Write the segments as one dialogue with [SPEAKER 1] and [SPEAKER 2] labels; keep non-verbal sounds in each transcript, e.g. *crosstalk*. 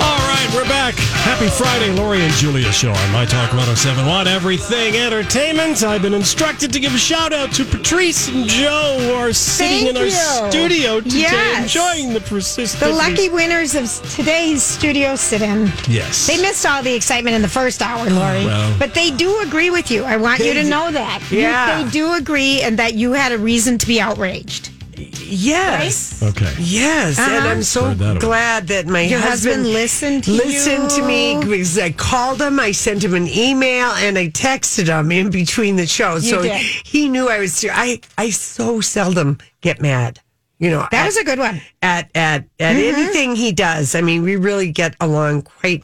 [SPEAKER 1] All right, we're back. Happy Friday, Lori and Julia show on My Talk 1071. Everything entertainment. I've been instructed to give a shout out to Patrice and Joe who are sitting
[SPEAKER 2] Thank
[SPEAKER 1] in our
[SPEAKER 2] you.
[SPEAKER 1] studio today
[SPEAKER 2] Yes.
[SPEAKER 1] enjoying the persistent.
[SPEAKER 2] The lucky winners of today's studio sit in.
[SPEAKER 1] Yes.
[SPEAKER 2] They missed all the excitement in the first hour, Lori.
[SPEAKER 1] Well.
[SPEAKER 2] but they do agree with you. I want you to know that. You-
[SPEAKER 3] Yeah.
[SPEAKER 2] they do agree and that you had a reason to be outraged.
[SPEAKER 3] Yes.
[SPEAKER 1] Okay.
[SPEAKER 3] Yes. And I'm so
[SPEAKER 1] Spread that away.
[SPEAKER 3] glad that my
[SPEAKER 2] Uh-huh. Your husband listened to
[SPEAKER 3] listened to me
[SPEAKER 2] you.
[SPEAKER 3] because I called him, I sent him an email, and I texted him in between the shows.
[SPEAKER 2] You
[SPEAKER 3] so
[SPEAKER 2] did.
[SPEAKER 3] he knew I was. ser- I I so seldom get mad. You know
[SPEAKER 2] That
[SPEAKER 3] at-
[SPEAKER 2] was a good one.
[SPEAKER 3] at at at
[SPEAKER 2] Mm-hmm.
[SPEAKER 3] anything he does. I mean, we really get along quite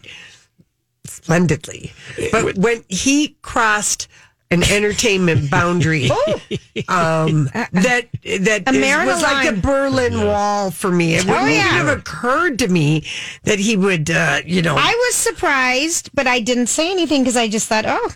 [SPEAKER 3] splendidly. But when he crossed an entertainment boundary, um, that that
[SPEAKER 2] Uh-uh. A
[SPEAKER 3] is-
[SPEAKER 2] Merida
[SPEAKER 3] was like the
[SPEAKER 2] line.
[SPEAKER 3] Berlin Wall for me. It wouldn't
[SPEAKER 2] yeah.
[SPEAKER 3] even have occurred to me that he would, uh, you
[SPEAKER 1] Oh.
[SPEAKER 3] know.
[SPEAKER 2] I was surprised, but I didn't say anything because I just thought, oh,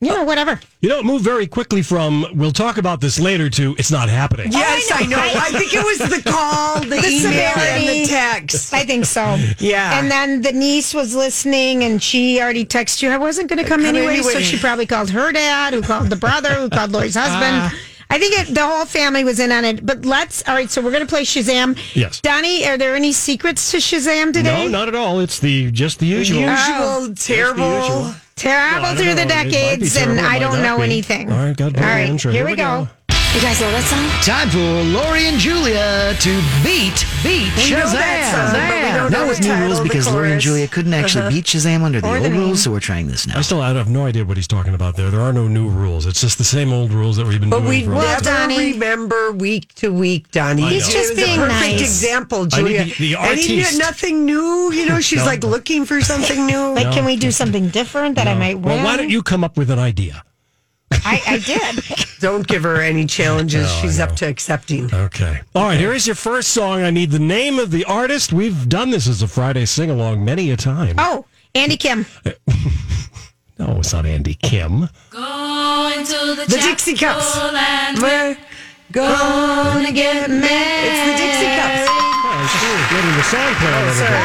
[SPEAKER 2] you know, whatever.
[SPEAKER 1] You know, it moved very quickly from we'll talk about this later to it's not happening.
[SPEAKER 3] Yes, I know. I think it was the call, the, email, and
[SPEAKER 2] severity.
[SPEAKER 3] the text.
[SPEAKER 2] I
[SPEAKER 1] *laughs*
[SPEAKER 2] think so.
[SPEAKER 3] Yeah.
[SPEAKER 2] And then the niece was listening and she already texted you, I wasn't going to come,
[SPEAKER 3] Come
[SPEAKER 2] anyway. So
[SPEAKER 3] anyway.
[SPEAKER 2] she probably called her dad, who called the brother, who called Lori's husband.
[SPEAKER 1] Ah.
[SPEAKER 2] I think it, the whole family was in on it. But let's, all right, so we're going to play Shazam.
[SPEAKER 1] Yes.
[SPEAKER 2] Donnie, are there any secrets to Shazam
[SPEAKER 1] No,
[SPEAKER 2] today?
[SPEAKER 1] not at all. It's the just the usual.
[SPEAKER 3] Usual,
[SPEAKER 2] Oh.
[SPEAKER 3] terrible.
[SPEAKER 1] usual.
[SPEAKER 2] Terrible
[SPEAKER 1] Well, I don't
[SPEAKER 2] through the
[SPEAKER 1] know. It might be
[SPEAKER 2] decades,
[SPEAKER 1] terrible.
[SPEAKER 2] and
[SPEAKER 1] It
[SPEAKER 2] I
[SPEAKER 1] might
[SPEAKER 2] don't
[SPEAKER 1] not
[SPEAKER 2] know
[SPEAKER 1] be.
[SPEAKER 2] anything.
[SPEAKER 1] All right, God,
[SPEAKER 2] All
[SPEAKER 1] play the
[SPEAKER 2] right,
[SPEAKER 1] intro.
[SPEAKER 2] here, we go.
[SPEAKER 4] You guys know that song?
[SPEAKER 5] Time for Lori and Julia to beat beat
[SPEAKER 3] We know
[SPEAKER 5] Shazam.
[SPEAKER 3] that song, but we don't know
[SPEAKER 5] that was
[SPEAKER 3] the
[SPEAKER 5] new
[SPEAKER 3] title,
[SPEAKER 5] rules
[SPEAKER 3] the
[SPEAKER 5] because Lori and
[SPEAKER 3] chorus. Uh-huh.
[SPEAKER 5] Julia couldn't actually beat Shazam under the old rules, so we're trying this now.
[SPEAKER 1] I still I have no idea what he's talking about there. There are no new rules. It's just the same old rules that we've been
[SPEAKER 3] But
[SPEAKER 1] doing
[SPEAKER 3] we
[SPEAKER 1] for a
[SPEAKER 2] Well,
[SPEAKER 1] while.
[SPEAKER 3] never
[SPEAKER 2] Donnie.
[SPEAKER 3] remember week to week, Donnie.
[SPEAKER 1] He's know.
[SPEAKER 2] just
[SPEAKER 3] It was
[SPEAKER 2] being
[SPEAKER 3] a perfect
[SPEAKER 2] nice.
[SPEAKER 3] example,
[SPEAKER 1] I need the- the
[SPEAKER 3] Julia. and he
[SPEAKER 1] artiste.
[SPEAKER 3] did nothing new. You know, she's
[SPEAKER 1] No.
[SPEAKER 3] like looking for something new.
[SPEAKER 2] Like, can we do something different that I might win?
[SPEAKER 1] well, why don't you come up with an idea?
[SPEAKER 2] I,
[SPEAKER 1] *laughs*
[SPEAKER 2] I did.
[SPEAKER 3] Don't give her any challenges.
[SPEAKER 1] No, I
[SPEAKER 3] she's up
[SPEAKER 1] know.
[SPEAKER 3] to accepting.
[SPEAKER 1] Okay. All right, here is your first song. I need the name of the artist. We've done this as a Friday sing along many a time.
[SPEAKER 2] oh, Andy Kim.
[SPEAKER 1] No, Oh, it's not Andy Kim.
[SPEAKER 6] Going to the,
[SPEAKER 3] The Dixie Cups. We're gonna get married. It's the Dixie Cups.
[SPEAKER 1] Oh, it's really getting the song player over
[SPEAKER 3] Sorry.
[SPEAKER 1] there.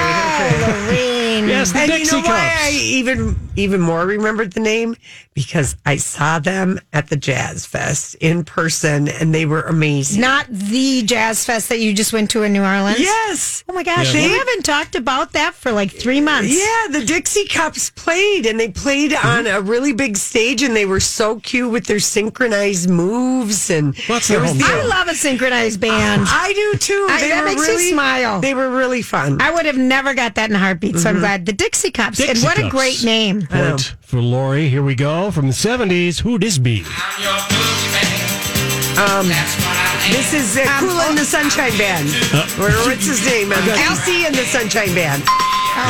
[SPEAKER 2] Oh, Lorraine.
[SPEAKER 1] Yes, the
[SPEAKER 3] And
[SPEAKER 1] Dixie
[SPEAKER 3] you know why I
[SPEAKER 1] Cups.
[SPEAKER 3] even even more remembered the name because I saw them at the Jazz Fest in person, and they were amazing.
[SPEAKER 2] Not the jazz fest that you just went to in New Orleans.
[SPEAKER 3] Yes.
[SPEAKER 2] Oh my gosh,
[SPEAKER 3] Yeah.
[SPEAKER 2] we haven't talked about that for like three months.
[SPEAKER 3] Yeah, the Dixie Cups played, and they played
[SPEAKER 1] Mm-hmm.
[SPEAKER 3] on a really big stage, and they were so cute with their synchronized moves. And
[SPEAKER 1] Well, that's
[SPEAKER 3] it
[SPEAKER 1] their
[SPEAKER 3] was
[SPEAKER 1] home
[SPEAKER 3] the-
[SPEAKER 1] show.
[SPEAKER 2] I love a synchronized band.
[SPEAKER 1] Uh,
[SPEAKER 3] I do too.
[SPEAKER 2] I- that makes you smile.
[SPEAKER 3] They were really fun.
[SPEAKER 2] I would have never got that in a heartbeat, so
[SPEAKER 1] Mm-hmm.
[SPEAKER 2] I'm glad. The Dixie Cups. and
[SPEAKER 1] Dixie
[SPEAKER 2] what a
[SPEAKER 1] Cups.
[SPEAKER 2] great name.
[SPEAKER 1] Point for Lori. Here we go. From the 70s, who this be?
[SPEAKER 3] this is uh, Kool and the Sunshine Band.
[SPEAKER 1] Uh,
[SPEAKER 3] or what's his name? Um, KC and the Sunshine Band.
[SPEAKER 2] Oh,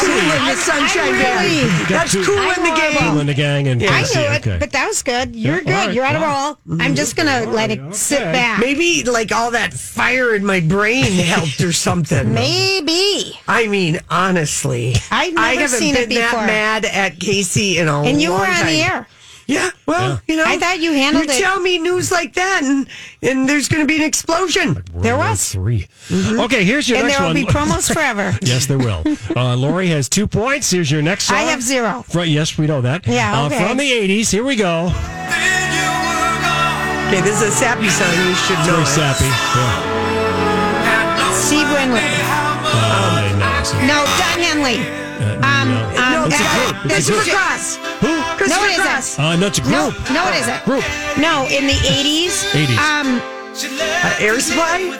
[SPEAKER 3] Kool and
[SPEAKER 2] I-
[SPEAKER 3] the Sunshine
[SPEAKER 2] I
[SPEAKER 3] Band.
[SPEAKER 2] really-
[SPEAKER 3] That's
[SPEAKER 1] Got two-
[SPEAKER 3] Kool and the
[SPEAKER 2] I'm
[SPEAKER 1] Cool
[SPEAKER 3] Gang.
[SPEAKER 1] in the gang and
[SPEAKER 2] Oh. I
[SPEAKER 1] Casey.
[SPEAKER 2] knew it,
[SPEAKER 1] Okay.
[SPEAKER 2] but that was good.
[SPEAKER 1] Yeah,
[SPEAKER 2] You're
[SPEAKER 1] all
[SPEAKER 2] good.
[SPEAKER 1] right, mm-hmm.
[SPEAKER 2] You're on a
[SPEAKER 1] wow.
[SPEAKER 2] roll. I'm just going to let it
[SPEAKER 1] right,
[SPEAKER 2] sit
[SPEAKER 1] okay.
[SPEAKER 2] back.
[SPEAKER 3] Maybe like all that fire in my brain helped or something.
[SPEAKER 2] Maybe.
[SPEAKER 3] I mean, honestly,
[SPEAKER 2] I've never
[SPEAKER 3] haven't
[SPEAKER 2] seen
[SPEAKER 3] been
[SPEAKER 2] it before.
[SPEAKER 3] that mad at Casey in a
[SPEAKER 2] And you
[SPEAKER 3] long
[SPEAKER 2] were on
[SPEAKER 3] time.
[SPEAKER 2] the air.
[SPEAKER 3] Yeah. Well,
[SPEAKER 1] Yeah.
[SPEAKER 3] you know,
[SPEAKER 2] I thought you handled
[SPEAKER 3] you
[SPEAKER 2] it.
[SPEAKER 3] tell me news like that, and, and there's going to be an explosion.
[SPEAKER 1] There was three. Okay, here's your
[SPEAKER 2] Mm-hmm. and
[SPEAKER 1] next
[SPEAKER 2] there will
[SPEAKER 1] one. *laughs*
[SPEAKER 2] be promos forever.
[SPEAKER 1] Yes, there
[SPEAKER 2] *laughs*
[SPEAKER 1] will. Uh, Lori has two points. Here's your next song.
[SPEAKER 2] I have zero.
[SPEAKER 1] Fro- yes, we know that.
[SPEAKER 2] Yeah,
[SPEAKER 1] Uh,
[SPEAKER 2] okay.
[SPEAKER 1] from the 80s. Here we go.
[SPEAKER 7] Uh,
[SPEAKER 3] Okay, this is a sappy song. You should know.
[SPEAKER 1] Very
[SPEAKER 3] it.
[SPEAKER 1] sappy. Yeah.
[SPEAKER 2] Steve Winwood.
[SPEAKER 1] Uh, no, it's-
[SPEAKER 2] No, Don Henley.
[SPEAKER 1] uh,
[SPEAKER 2] Um,
[SPEAKER 1] no.
[SPEAKER 2] um,
[SPEAKER 1] It's a
[SPEAKER 2] uh,
[SPEAKER 1] group. It's a
[SPEAKER 2] Christopher
[SPEAKER 1] group.
[SPEAKER 2] Cross.
[SPEAKER 1] Who?
[SPEAKER 3] Christopher
[SPEAKER 2] No, it isn't.
[SPEAKER 3] Cross.
[SPEAKER 1] Uh, no, it's a
[SPEAKER 2] No,
[SPEAKER 1] group.
[SPEAKER 2] no, it isn't.
[SPEAKER 1] Group.
[SPEAKER 2] No, in the eighties.
[SPEAKER 1] 80s.
[SPEAKER 2] Um.
[SPEAKER 3] Uh, Air Supply?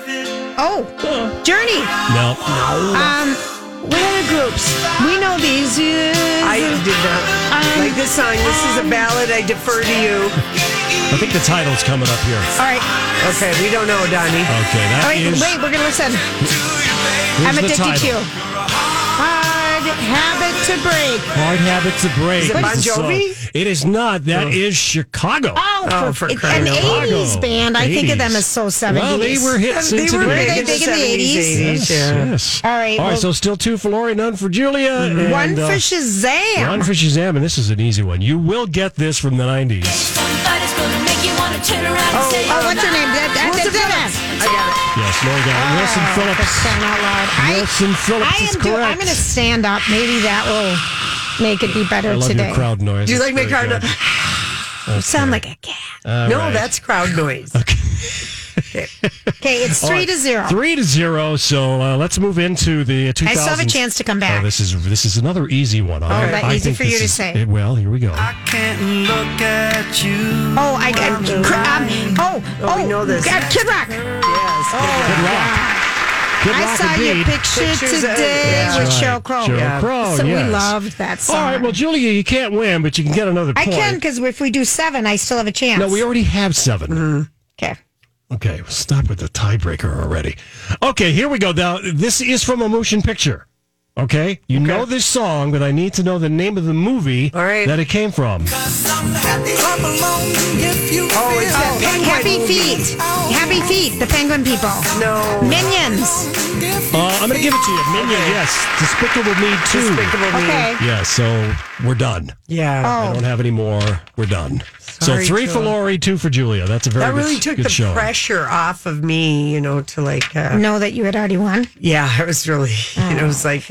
[SPEAKER 2] Oh, Journey.
[SPEAKER 1] No.
[SPEAKER 2] Um. What other groups? We know these.
[SPEAKER 3] I did not.
[SPEAKER 2] Um,
[SPEAKER 3] like this song. This is a ballad. I defer to you.
[SPEAKER 1] I think the title's coming up here.
[SPEAKER 2] All right.
[SPEAKER 3] Okay, we don't know, Donnie.
[SPEAKER 1] Okay,
[SPEAKER 2] All
[SPEAKER 1] that
[SPEAKER 2] right.
[SPEAKER 1] is.
[SPEAKER 2] Wait. We're gonna listen.
[SPEAKER 1] here's
[SPEAKER 2] I'm
[SPEAKER 1] the
[SPEAKER 2] addicted to you.
[SPEAKER 1] title.
[SPEAKER 2] Hard habit to break.
[SPEAKER 1] Hard habit to break.
[SPEAKER 3] Is it
[SPEAKER 1] This
[SPEAKER 3] Bon
[SPEAKER 1] the song.
[SPEAKER 3] Jovi?
[SPEAKER 1] It is not. That is Chicago.
[SPEAKER 2] Oh,
[SPEAKER 3] Oh,
[SPEAKER 2] for,
[SPEAKER 3] for
[SPEAKER 2] it's
[SPEAKER 3] crying
[SPEAKER 2] an
[SPEAKER 3] out loud.
[SPEAKER 2] '80s band. I think of them as so '70s.
[SPEAKER 1] Well, they were hits
[SPEAKER 3] They
[SPEAKER 1] into
[SPEAKER 3] were
[SPEAKER 1] the
[SPEAKER 3] big
[SPEAKER 2] Were they big in the
[SPEAKER 3] 70s,
[SPEAKER 2] 80s?
[SPEAKER 1] Yes,
[SPEAKER 3] 80s, yeah.
[SPEAKER 1] yes.
[SPEAKER 2] All right,
[SPEAKER 1] All right.
[SPEAKER 2] well-
[SPEAKER 1] so still two for Lori, none for Julia.
[SPEAKER 3] Mm-hmm.
[SPEAKER 1] and,
[SPEAKER 2] One
[SPEAKER 1] uh,
[SPEAKER 2] for Shazam.
[SPEAKER 1] One for Shazam, and this is an easy one. You will get this from the 90s.
[SPEAKER 6] Somebody's gonna make you wanna turn around and say,
[SPEAKER 2] oh, what's her name? That, that,
[SPEAKER 3] Wilson
[SPEAKER 2] that- that-
[SPEAKER 3] Phillips.
[SPEAKER 2] that-
[SPEAKER 3] I got
[SPEAKER 1] Yes, Lori got it. Wilson
[SPEAKER 2] Oh,
[SPEAKER 1] Phillips.
[SPEAKER 2] for crying out loud. I-
[SPEAKER 1] Wilson Phillips
[SPEAKER 2] I am
[SPEAKER 1] is
[SPEAKER 2] doing- I'm
[SPEAKER 1] correct.
[SPEAKER 2] going to stand up. Maybe that will make it be better
[SPEAKER 1] I love
[SPEAKER 2] today.
[SPEAKER 1] your crowd noise.
[SPEAKER 3] Do you
[SPEAKER 1] It's
[SPEAKER 3] like my
[SPEAKER 1] very
[SPEAKER 3] crowd
[SPEAKER 1] good.
[SPEAKER 3] noise?
[SPEAKER 2] You sound like a cat.
[SPEAKER 3] it.
[SPEAKER 1] All
[SPEAKER 3] No,
[SPEAKER 1] right.
[SPEAKER 3] that's crowd noise.
[SPEAKER 2] Okay, it's
[SPEAKER 1] All
[SPEAKER 2] three
[SPEAKER 1] right.
[SPEAKER 2] to zero.
[SPEAKER 1] *laughs* Three to zero. So uh, let's move into the 2000s.
[SPEAKER 2] I still have a chance to come back.
[SPEAKER 1] Oh, this is this is another easy one. Oh,
[SPEAKER 2] that
[SPEAKER 1] I
[SPEAKER 2] easy
[SPEAKER 1] think
[SPEAKER 2] for you
[SPEAKER 1] this
[SPEAKER 2] to
[SPEAKER 1] is-
[SPEAKER 2] say.
[SPEAKER 1] it- well, here we go.
[SPEAKER 2] Oh, I, I cr- um, oh,
[SPEAKER 3] Oh,
[SPEAKER 2] oh,
[SPEAKER 3] we know this.
[SPEAKER 2] God, Kid Rock.
[SPEAKER 3] Yes.
[SPEAKER 1] Kid Rock. Kid
[SPEAKER 2] I
[SPEAKER 1] Rock
[SPEAKER 2] saw your
[SPEAKER 1] indeed.
[SPEAKER 2] picture
[SPEAKER 3] Pictures of-
[SPEAKER 2] today
[SPEAKER 3] That's
[SPEAKER 2] with
[SPEAKER 1] right.
[SPEAKER 2] Sheryl Crow.
[SPEAKER 1] Sheryl
[SPEAKER 3] Yeah.
[SPEAKER 1] Crow,
[SPEAKER 2] so
[SPEAKER 1] yes.
[SPEAKER 2] we loved that song.
[SPEAKER 1] All right, well, Julia, you can't win, but you can get another
[SPEAKER 2] I
[SPEAKER 1] point.
[SPEAKER 2] can because if we do seven, I still have a chance.
[SPEAKER 1] No, we already have 7
[SPEAKER 2] Okay.
[SPEAKER 1] Okay, well, stop with the tiebreaker already. Okay, here we go. Now, this is from a motion picture. Okay, you know this song, but I need to know the name of the movie
[SPEAKER 3] All right.
[SPEAKER 1] that it came from.
[SPEAKER 3] Oh, it's that penguin.
[SPEAKER 2] Happy Feet. Happy Feet, the Penguin People.
[SPEAKER 3] No.
[SPEAKER 2] Minions.
[SPEAKER 1] Uh, I'm going to give it to you. Minion, yes. Despicable Me 2.
[SPEAKER 3] Despicable Me.
[SPEAKER 2] Okay.
[SPEAKER 1] Yeah, so we're done.
[SPEAKER 3] Yeah.
[SPEAKER 1] I
[SPEAKER 2] Oh.
[SPEAKER 1] don't have any more. We're done.
[SPEAKER 3] Sorry,
[SPEAKER 1] so three for
[SPEAKER 3] Jill.
[SPEAKER 1] Lori, two for Julia. That's a very
[SPEAKER 3] That
[SPEAKER 1] good,
[SPEAKER 3] really took
[SPEAKER 1] good
[SPEAKER 3] the
[SPEAKER 1] show.
[SPEAKER 3] pressure off of me, you know, to like, uh,
[SPEAKER 2] Know that you had already won.
[SPEAKER 3] yeah, I was really, *laughs* you know, it was like,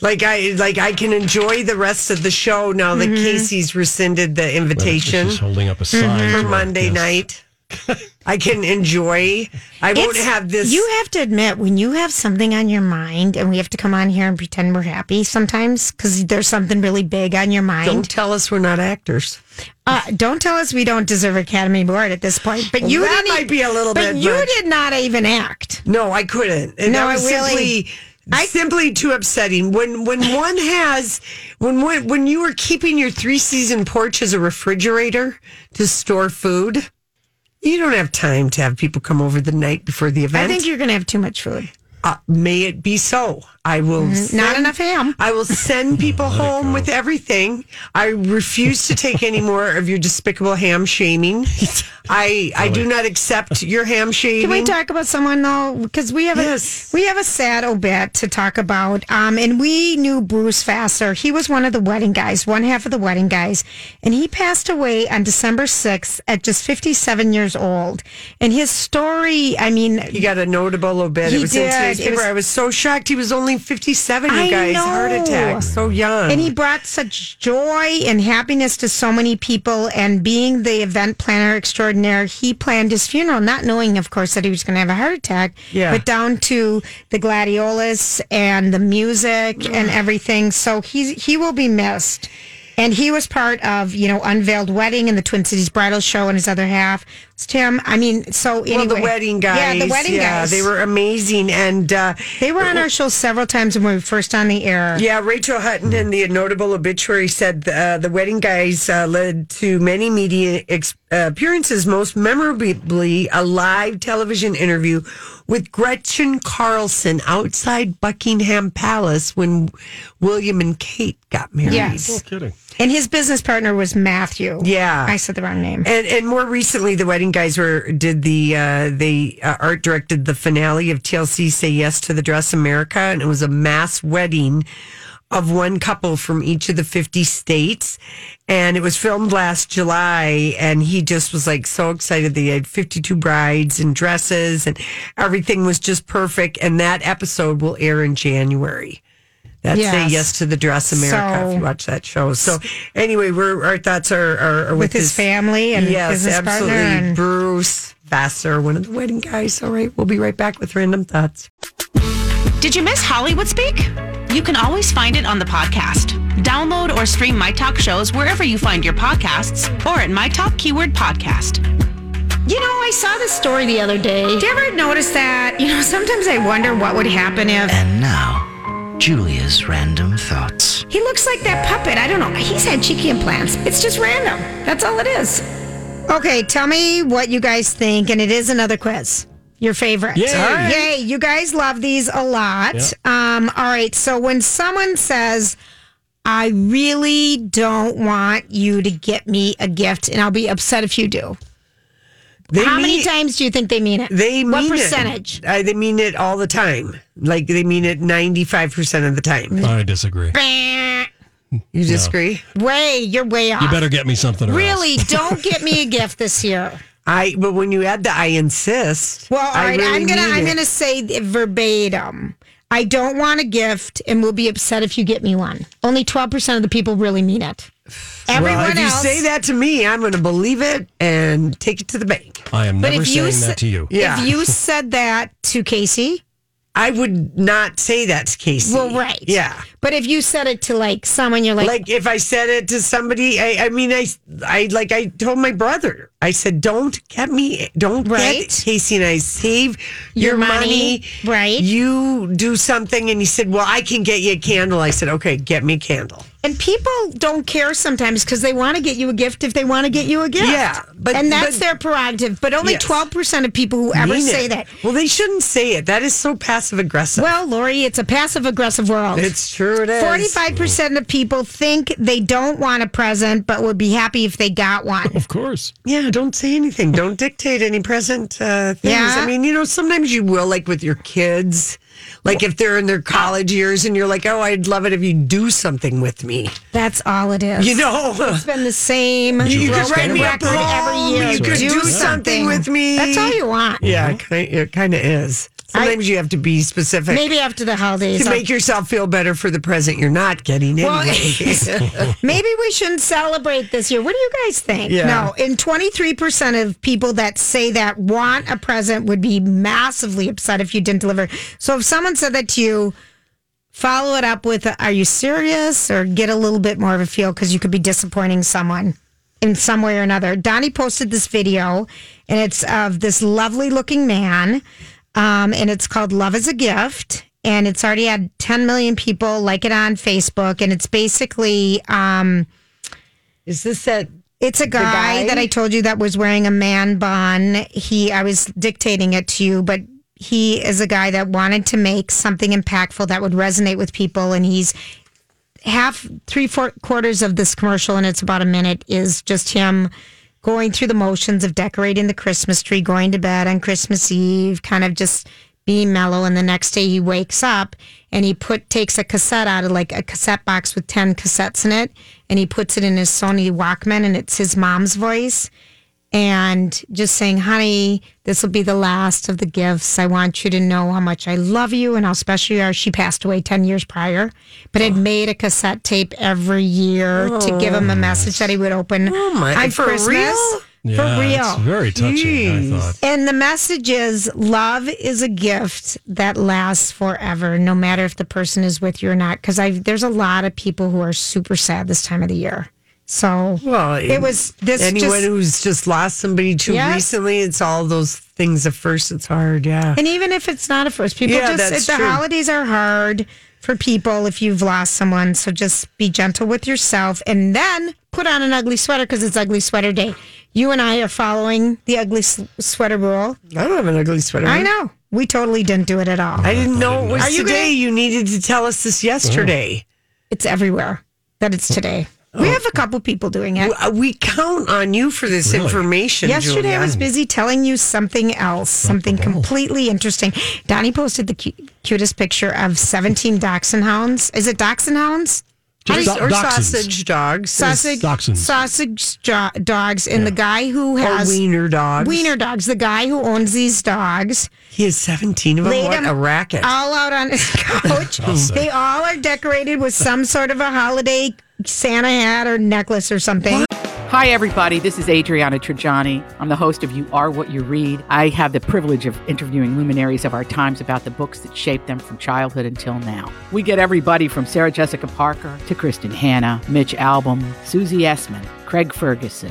[SPEAKER 3] like I, like I can enjoy the rest of the show now that
[SPEAKER 2] Mm-hmm.
[SPEAKER 3] Casey's rescinded the invitation
[SPEAKER 1] She's holding up a sign. to
[SPEAKER 3] for
[SPEAKER 1] her-
[SPEAKER 3] Monday
[SPEAKER 1] yes.
[SPEAKER 3] night.
[SPEAKER 1] *laughs*
[SPEAKER 3] I can enjoy. I won't
[SPEAKER 2] It's-
[SPEAKER 3] have this.
[SPEAKER 2] You have to admit when you have something on your mind, and we have to come on here and pretend we're happy sometimes because there's something really big on your mind.
[SPEAKER 3] don't tell us we're not actors.
[SPEAKER 2] Uh, don't tell us we don't deserve Academy Award at this point. But you
[SPEAKER 3] that
[SPEAKER 2] didn't
[SPEAKER 3] might be a little
[SPEAKER 2] but
[SPEAKER 3] bit
[SPEAKER 2] you
[SPEAKER 3] much.
[SPEAKER 2] did not even act.
[SPEAKER 3] No, I couldn't. And
[SPEAKER 2] No,
[SPEAKER 3] that was
[SPEAKER 2] it really-
[SPEAKER 3] simply simply too upsetting. When when one has when one, when you were keeping your three season porch as a refrigerator to store food, you don't have time to have people come over the night before the
[SPEAKER 2] I
[SPEAKER 3] event.
[SPEAKER 2] think you're going to have too much food.
[SPEAKER 3] uh, may it be so. I will
[SPEAKER 2] Mm-hmm. Not
[SPEAKER 3] send-
[SPEAKER 2] enough ham.
[SPEAKER 3] I will send people home with everything. I refuse to take any more of your despicable ham shaming. I I do not accept your ham shaming.
[SPEAKER 2] Can we talk about someone though? Because we have
[SPEAKER 3] Yes.
[SPEAKER 2] a we have a sad obit to talk about. Um, and we knew Bruce Vassar. He was one of the wedding guys, one half of the wedding guys, and he passed away on December sixth at just fifty seven years old. And his story, I mean,
[SPEAKER 3] He got a notable obit.
[SPEAKER 2] He
[SPEAKER 3] it was in
[SPEAKER 2] did.
[SPEAKER 3] today's
[SPEAKER 2] It
[SPEAKER 3] paper.
[SPEAKER 2] was-
[SPEAKER 3] I was so shocked. He was only 57, you
[SPEAKER 2] I
[SPEAKER 3] guys. Heart
[SPEAKER 2] know.
[SPEAKER 3] attack. So young.
[SPEAKER 2] And he brought such joy and happiness to so many people. And being the event planner extraordinaire, he planned his funeral, not knowing, of course, that he was going to have a heart attack.
[SPEAKER 3] Yeah.
[SPEAKER 2] But down to the gladiolas and the music and everything. So he's he will be missed. And he was part of, you know, Unveiled Wedding and the Twin Cities Bridal Show and his other half. It's Tim. I mean, so anyway.
[SPEAKER 3] well, the wedding guys.
[SPEAKER 2] Yeah, the wedding
[SPEAKER 3] yeah,
[SPEAKER 2] guys.
[SPEAKER 3] They were amazing. And uh,
[SPEAKER 2] they were on our show several times when we were first on the air.
[SPEAKER 3] yeah, Rachel Hutton in the notable obituary said uh, the wedding guys uh, led to many media ex- uh, appearances, most memorably a live television interview with Gretchen Carlson outside Buckingham Palace when William and Kate got married.
[SPEAKER 2] Yes.
[SPEAKER 1] No kidding.
[SPEAKER 2] And his business partner was Matthew.
[SPEAKER 3] Yeah.
[SPEAKER 2] I said the wrong name.
[SPEAKER 3] And and more recently, the wedding guys were did the uh, they uh, art directed the finale of TLC "Say Yes to the Dress America," and it was a mass wedding of one couple from each of the 50 states. And it was filmed last July. And he just was like so excited that he had 52 brides and dresses and everything was just perfect. And that episode will air in January. That's
[SPEAKER 2] Yes.
[SPEAKER 3] Say Yes to the Dress America
[SPEAKER 2] So-
[SPEAKER 3] if you watch that show. So anyway, we're, our thoughts are, are, are
[SPEAKER 2] With
[SPEAKER 3] with,
[SPEAKER 2] his family and
[SPEAKER 3] yes,
[SPEAKER 2] business partner
[SPEAKER 3] absolutely.
[SPEAKER 2] and-
[SPEAKER 3] Bruce Vassar, one of the wedding guys. All right, we'll be right back with random thoughts.
[SPEAKER 4] Did you miss Hollywood Speak? You can always find it on the podcast. Download or stream My Talk shows wherever you find your podcasts or at My Talk Keyword Podcast.
[SPEAKER 6] You
[SPEAKER 2] Oh,
[SPEAKER 6] know, I saw this story the other day.
[SPEAKER 2] Do you ever notice that? You know, sometimes I wonder what would happen if
[SPEAKER 5] And now, Julia's random thoughts.
[SPEAKER 2] he looks like that puppet. I don't know. He's had cheeky implants. It's just random. That's all it is. Okay, tell me what you guys think, and it is another quiz. Your favorite.
[SPEAKER 1] Yay. All right.
[SPEAKER 2] Yay. You guys love these a lot. Um, all right. So when someone says, I really don't want you to get me a gift, and I'll be upset if you do.
[SPEAKER 3] They
[SPEAKER 2] How many
[SPEAKER 3] mean-
[SPEAKER 2] times do you think they mean it?
[SPEAKER 3] They mean
[SPEAKER 2] what
[SPEAKER 3] it.
[SPEAKER 2] percentage?
[SPEAKER 3] Uh, they mean it all the time. Like they mean it ninety five percent of the time.
[SPEAKER 1] I disagree.
[SPEAKER 3] You disagree?
[SPEAKER 2] Way, you're way off.
[SPEAKER 1] You better get me something. Or else.
[SPEAKER 2] Really, don't get me a gift this year.
[SPEAKER 3] I. But when you add the I insist.
[SPEAKER 2] Well, all
[SPEAKER 3] I
[SPEAKER 2] right,
[SPEAKER 3] really
[SPEAKER 2] I'm gonna
[SPEAKER 3] mean
[SPEAKER 2] I'm
[SPEAKER 3] it.
[SPEAKER 2] gonna say it verbatim. I don't want a gift, and will be upset if you get me one. Only twelve percent of the people really mean it. Everyone
[SPEAKER 3] Well, if you
[SPEAKER 2] else,
[SPEAKER 3] say that to me, I'm going to believe it and take it to the bank.
[SPEAKER 1] I am
[SPEAKER 2] but
[SPEAKER 1] never
[SPEAKER 2] if
[SPEAKER 1] saying
[SPEAKER 2] you
[SPEAKER 1] that
[SPEAKER 2] s-
[SPEAKER 1] to you.
[SPEAKER 3] Yeah.
[SPEAKER 2] if
[SPEAKER 3] *laughs*
[SPEAKER 2] you said that to Casey,
[SPEAKER 3] I would not say that to Casey.
[SPEAKER 2] well, right,
[SPEAKER 3] Yeah.
[SPEAKER 2] But if you said it to like someone, you're like,
[SPEAKER 3] like if I said it to somebody, I, I mean, I, I like I told my brother, I said, don't get me, don't
[SPEAKER 2] Right.
[SPEAKER 3] get Casey and I save
[SPEAKER 2] Your
[SPEAKER 3] your, money,
[SPEAKER 2] money, right.
[SPEAKER 3] You do something, and he said, well, I can get you a candle. I said, okay, get me a candle.
[SPEAKER 2] and people don't care sometimes because they want to get you a gift if they want to get you a gift.
[SPEAKER 3] Yeah, but-
[SPEAKER 2] and that's
[SPEAKER 3] but-
[SPEAKER 2] their prerogative. But only
[SPEAKER 3] Yes.
[SPEAKER 2] twelve percent of people who ever
[SPEAKER 3] Mean
[SPEAKER 2] say
[SPEAKER 3] it.
[SPEAKER 2] that.
[SPEAKER 3] Well, they shouldn't say it. That is so passive aggressive.
[SPEAKER 2] Well, Lori, it's a passive aggressive world.
[SPEAKER 3] it's true. It is
[SPEAKER 2] 45% of people think they don't want a present but would be happy if they got
[SPEAKER 3] Oh.
[SPEAKER 2] one.
[SPEAKER 1] Of course.
[SPEAKER 3] Yeah, don't say anything. Don't dictate any present uh, things.
[SPEAKER 2] Yeah.
[SPEAKER 3] I mean, you know, sometimes you will, like with your kids, like if they're in their college years and you're like, oh, I'd love it if you do something with me.
[SPEAKER 2] That's all it is. *laughs*
[SPEAKER 3] You know,
[SPEAKER 2] it's been the same
[SPEAKER 3] you
[SPEAKER 2] broken
[SPEAKER 3] could write me a
[SPEAKER 2] record every
[SPEAKER 3] poem.
[SPEAKER 2] year.
[SPEAKER 3] You could do, something with me.
[SPEAKER 2] That's all you want.
[SPEAKER 3] Yeah, it ki- it kind of is. Sometimes you have to be specific
[SPEAKER 2] Mm-hmm. Maybe after the holidays.
[SPEAKER 3] to make yourself feel better for the present you're not getting
[SPEAKER 2] Well, *laughs*
[SPEAKER 3] anyway. *laughs*
[SPEAKER 2] Maybe we shouldn't celebrate this year. What do you guys think?
[SPEAKER 3] Yeah.
[SPEAKER 2] No, and 23% of people that say that want a present would be massively upset if you didn't deliver. So if someone said that to you, follow it up with, are you serious? Or get a little bit more of a feel because you could be disappointing someone in some way or another. Donnie posted this video and it's of this lovely looking man. Um, and it's called Love is a Gift. And it's already had 10 million people like it on Facebook. And it's basically, um,
[SPEAKER 3] is this that?
[SPEAKER 2] it's a guy,
[SPEAKER 3] guy?
[SPEAKER 2] that I told you that was wearing a man bun. He, I was dictating it to you, but he is a guy that wanted to make something impactful that would resonate with people. And he's half, three four, quarters of this commercial, and it's about a minute, is just him going through the motions of decorating the Christmas tree, going to bed on Christmas Eve, kind of just being mellow. And the next day he wakes up and he put takes a cassette out of like a cassette box with ten cassettes in it, and he puts it in his Sony Walkman, and it's his mom's voice. And just saying, honey, this will be the last of the gifts. I want you to know how much I love you and how special you are. She passed away 10 years prior, but had made a cassette tape every year to give him a message that he would open
[SPEAKER 3] Oh my-
[SPEAKER 2] on
[SPEAKER 3] for
[SPEAKER 2] Christmas.
[SPEAKER 3] real?
[SPEAKER 1] Yeah,
[SPEAKER 2] For
[SPEAKER 1] It's
[SPEAKER 2] real.
[SPEAKER 1] very touching. I thought.
[SPEAKER 2] And the message is love is a gift that lasts forever, no matter if the person is with you or not. Because I there's a lot of people who are super sad this time of the year. So
[SPEAKER 3] Well,
[SPEAKER 2] it was this
[SPEAKER 3] anyone
[SPEAKER 2] just,
[SPEAKER 3] who's just lost somebody too
[SPEAKER 2] Yes.
[SPEAKER 3] recently. It's all those things. At first, it's hard. Yeah.
[SPEAKER 2] And even if it's not a first, people
[SPEAKER 3] Yeah,
[SPEAKER 2] just
[SPEAKER 3] that's
[SPEAKER 2] the
[SPEAKER 3] true.
[SPEAKER 2] holidays are hard for people if you've lost someone. So just be gentle with yourself, and then put on an ugly sweater because it's Ugly Sweater Day. You and I are following the ugly s- sweater rule.
[SPEAKER 3] I don't have an ugly sweater.
[SPEAKER 2] I know we totally didn't do it at all.
[SPEAKER 3] I didn't know it was
[SPEAKER 2] Are you Oh.
[SPEAKER 3] today.
[SPEAKER 2] gonna-
[SPEAKER 3] You needed to tell us this yesterday.
[SPEAKER 2] It's everywhere that it's today.
[SPEAKER 3] Oh.
[SPEAKER 2] We have a couple people doing it.
[SPEAKER 3] Uh, We count on you for this
[SPEAKER 1] Really?
[SPEAKER 3] information.
[SPEAKER 2] Yesterday I
[SPEAKER 3] Julia.
[SPEAKER 2] was busy telling you something else, something completely interesting. Donnie posted the cu- cutest picture of 17 dachshund hounds. Is it dachshund hounds?
[SPEAKER 3] Or-
[SPEAKER 1] Just do-
[SPEAKER 3] or
[SPEAKER 1] dachshunds.
[SPEAKER 3] sausage dogs,
[SPEAKER 2] Sausage,
[SPEAKER 1] dachshunds.
[SPEAKER 2] sausage jo- dogs, and the guy who
[SPEAKER 3] or
[SPEAKER 2] has
[SPEAKER 3] Oh, wiener dogs.
[SPEAKER 2] wiener dogs, the guy who owns these dogs,
[SPEAKER 3] He has seventeen of them.
[SPEAKER 2] laid
[SPEAKER 3] What
[SPEAKER 2] them
[SPEAKER 3] a racket!
[SPEAKER 2] all out on his couch. they all are decorated with some sort of a holiday Santa hat or necklace or something.
[SPEAKER 8] Hi, everybody. This is Adriana Trajani. I'm the host of You Are What You Read. I have the privilege of interviewing luminaries of our times about the books that shaped them from childhood until now. We get everybody from Sarah Jessica Parker to Kristen Hanna, Mitch Albom, Susie Essman, Craig Ferguson,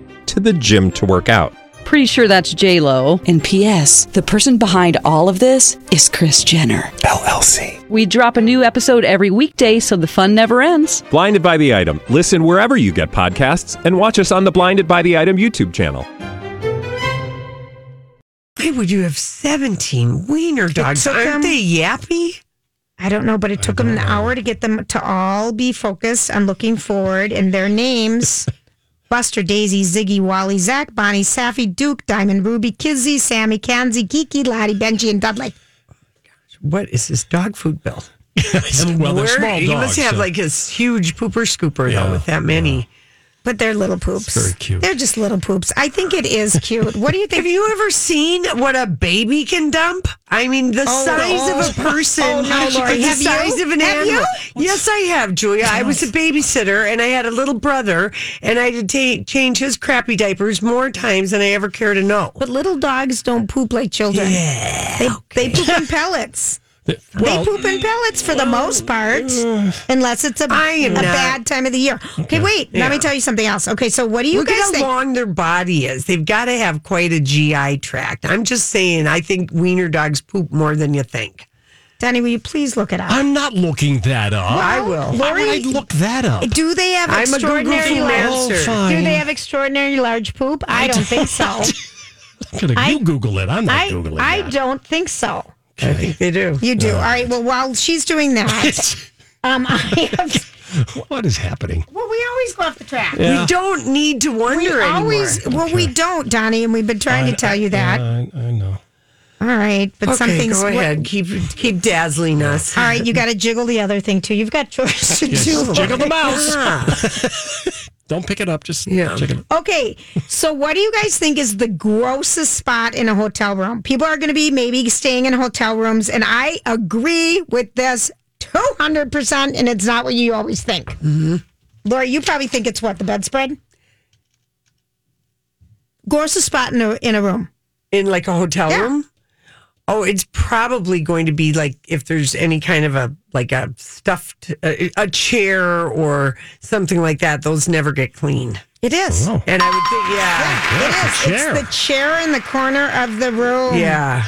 [SPEAKER 7] to the gym to work out.
[SPEAKER 8] Pretty sure that's J Lo. And P.S. The person behind all of this is Chris Jenner LLC. We drop a new episode every weekday, so the fun never ends.
[SPEAKER 7] Blinded by the item. Listen wherever you get podcasts, and watch us on the Blinded by the Item YouTube channel.
[SPEAKER 3] Why would you have seventeen wiener dogs?
[SPEAKER 2] took
[SPEAKER 3] Aren't
[SPEAKER 2] them-
[SPEAKER 3] they yappy?
[SPEAKER 2] I don't know, but it took them an hour to get them to all be focused on looking forward and their names. Buster, Daisy, Ziggy, Wally, Zach, Bonnie, Safi, Duke, Diamond, Ruby, Kizzy, Sammy, Kanzi, Kiki, Lottie, Benji, and Dudley.
[SPEAKER 3] What is this dog
[SPEAKER 2] *laughs*
[SPEAKER 3] food bill?
[SPEAKER 1] well, they're
[SPEAKER 3] Where-
[SPEAKER 1] small dogs.
[SPEAKER 3] He must have
[SPEAKER 1] so-
[SPEAKER 3] like his huge pooper scooper
[SPEAKER 1] Yeah,
[SPEAKER 3] though, with that many.
[SPEAKER 2] But they're little poops.
[SPEAKER 1] very cute.
[SPEAKER 2] They're just little poops. I think it is cute. What do you
[SPEAKER 3] *laughs*
[SPEAKER 2] think?
[SPEAKER 3] Have you ever seen what a baby can dump? I mean, the
[SPEAKER 2] Oh,
[SPEAKER 3] size
[SPEAKER 2] oh.
[SPEAKER 3] of a person,
[SPEAKER 2] Oh, no,
[SPEAKER 3] is
[SPEAKER 2] Lori.
[SPEAKER 3] the
[SPEAKER 2] Have you?
[SPEAKER 3] size of an
[SPEAKER 2] Have you?
[SPEAKER 3] animal. Yes, I have, Julia. I was a babysitter, and I had a little brother, and I had to ta- change his crappy diapers more times than I ever care to know.
[SPEAKER 2] But little dogs don't poop like children. they, they poop in pellets.
[SPEAKER 1] well,
[SPEAKER 2] they poop in pellets for the most part, unless it's a,
[SPEAKER 3] I am
[SPEAKER 2] a
[SPEAKER 3] not-
[SPEAKER 2] bad time of the year. Okay, wait. Let me tell you something else. Okay, so what do you
[SPEAKER 3] Look
[SPEAKER 2] guys
[SPEAKER 3] at how
[SPEAKER 2] think?
[SPEAKER 3] long their body is. They've got to have quite a GI tract. I'm just saying, I think wiener dogs poop more than you think.
[SPEAKER 2] Danny, will you please look it up?
[SPEAKER 1] I'm not looking that up.
[SPEAKER 3] I will.
[SPEAKER 1] Why would I look that up?
[SPEAKER 2] Do they have
[SPEAKER 3] I'm a Google
[SPEAKER 2] extraordinary large?
[SPEAKER 3] master.
[SPEAKER 1] Oh
[SPEAKER 2] Do they have extraordinary large poop? I don't think so.
[SPEAKER 1] Gonna,
[SPEAKER 2] I-
[SPEAKER 1] you Google it. I'm not
[SPEAKER 2] I
[SPEAKER 1] Googling
[SPEAKER 2] I
[SPEAKER 1] that.
[SPEAKER 2] don't think so.
[SPEAKER 3] I think they do.
[SPEAKER 2] You do. All right. Well, while she's doing
[SPEAKER 1] *laughs*
[SPEAKER 2] that, um, I have.
[SPEAKER 1] What is happening?
[SPEAKER 2] *laughs* Well, we always go off the track.
[SPEAKER 3] We don't need to wonder
[SPEAKER 2] We
[SPEAKER 3] anymore.
[SPEAKER 2] always. Well, we don't, Donnie, and we've been trying
[SPEAKER 1] Uh,
[SPEAKER 2] to tell you that.
[SPEAKER 1] I, I know.
[SPEAKER 2] All right, but
[SPEAKER 3] Okay,
[SPEAKER 2] something's.
[SPEAKER 3] go
[SPEAKER 2] what-
[SPEAKER 3] ahead. Keep keep dazzling us.
[SPEAKER 2] All right, you got to jiggle the other thing too. You've got chores to do.
[SPEAKER 1] Jiggle the
[SPEAKER 3] *laughs*
[SPEAKER 1] mouse.
[SPEAKER 3] Ah,
[SPEAKER 1] Don't pick it up. Just
[SPEAKER 3] Yeah.
[SPEAKER 1] jiggle it.
[SPEAKER 2] Okay, so what do you guys think is the grossest spot in a hotel room? People are going to be maybe staying in hotel rooms, and I agree with this 200%, and it's not what you always think.
[SPEAKER 1] Mm-hmm.
[SPEAKER 2] Laura, you probably think it's what, the bedspread? Grossest spot in a, in a room.
[SPEAKER 3] in like a hotel
[SPEAKER 2] Yeah.
[SPEAKER 3] room. Oh, it's probably going to be like if there's any kind of a like a stuffed a, a chair or something like that. Those never get clean.
[SPEAKER 2] It is.
[SPEAKER 1] Oh.
[SPEAKER 3] And I would think, yeah,
[SPEAKER 2] It is.
[SPEAKER 1] the chair.
[SPEAKER 2] It's the chair in the corner of the room.
[SPEAKER 3] yeah.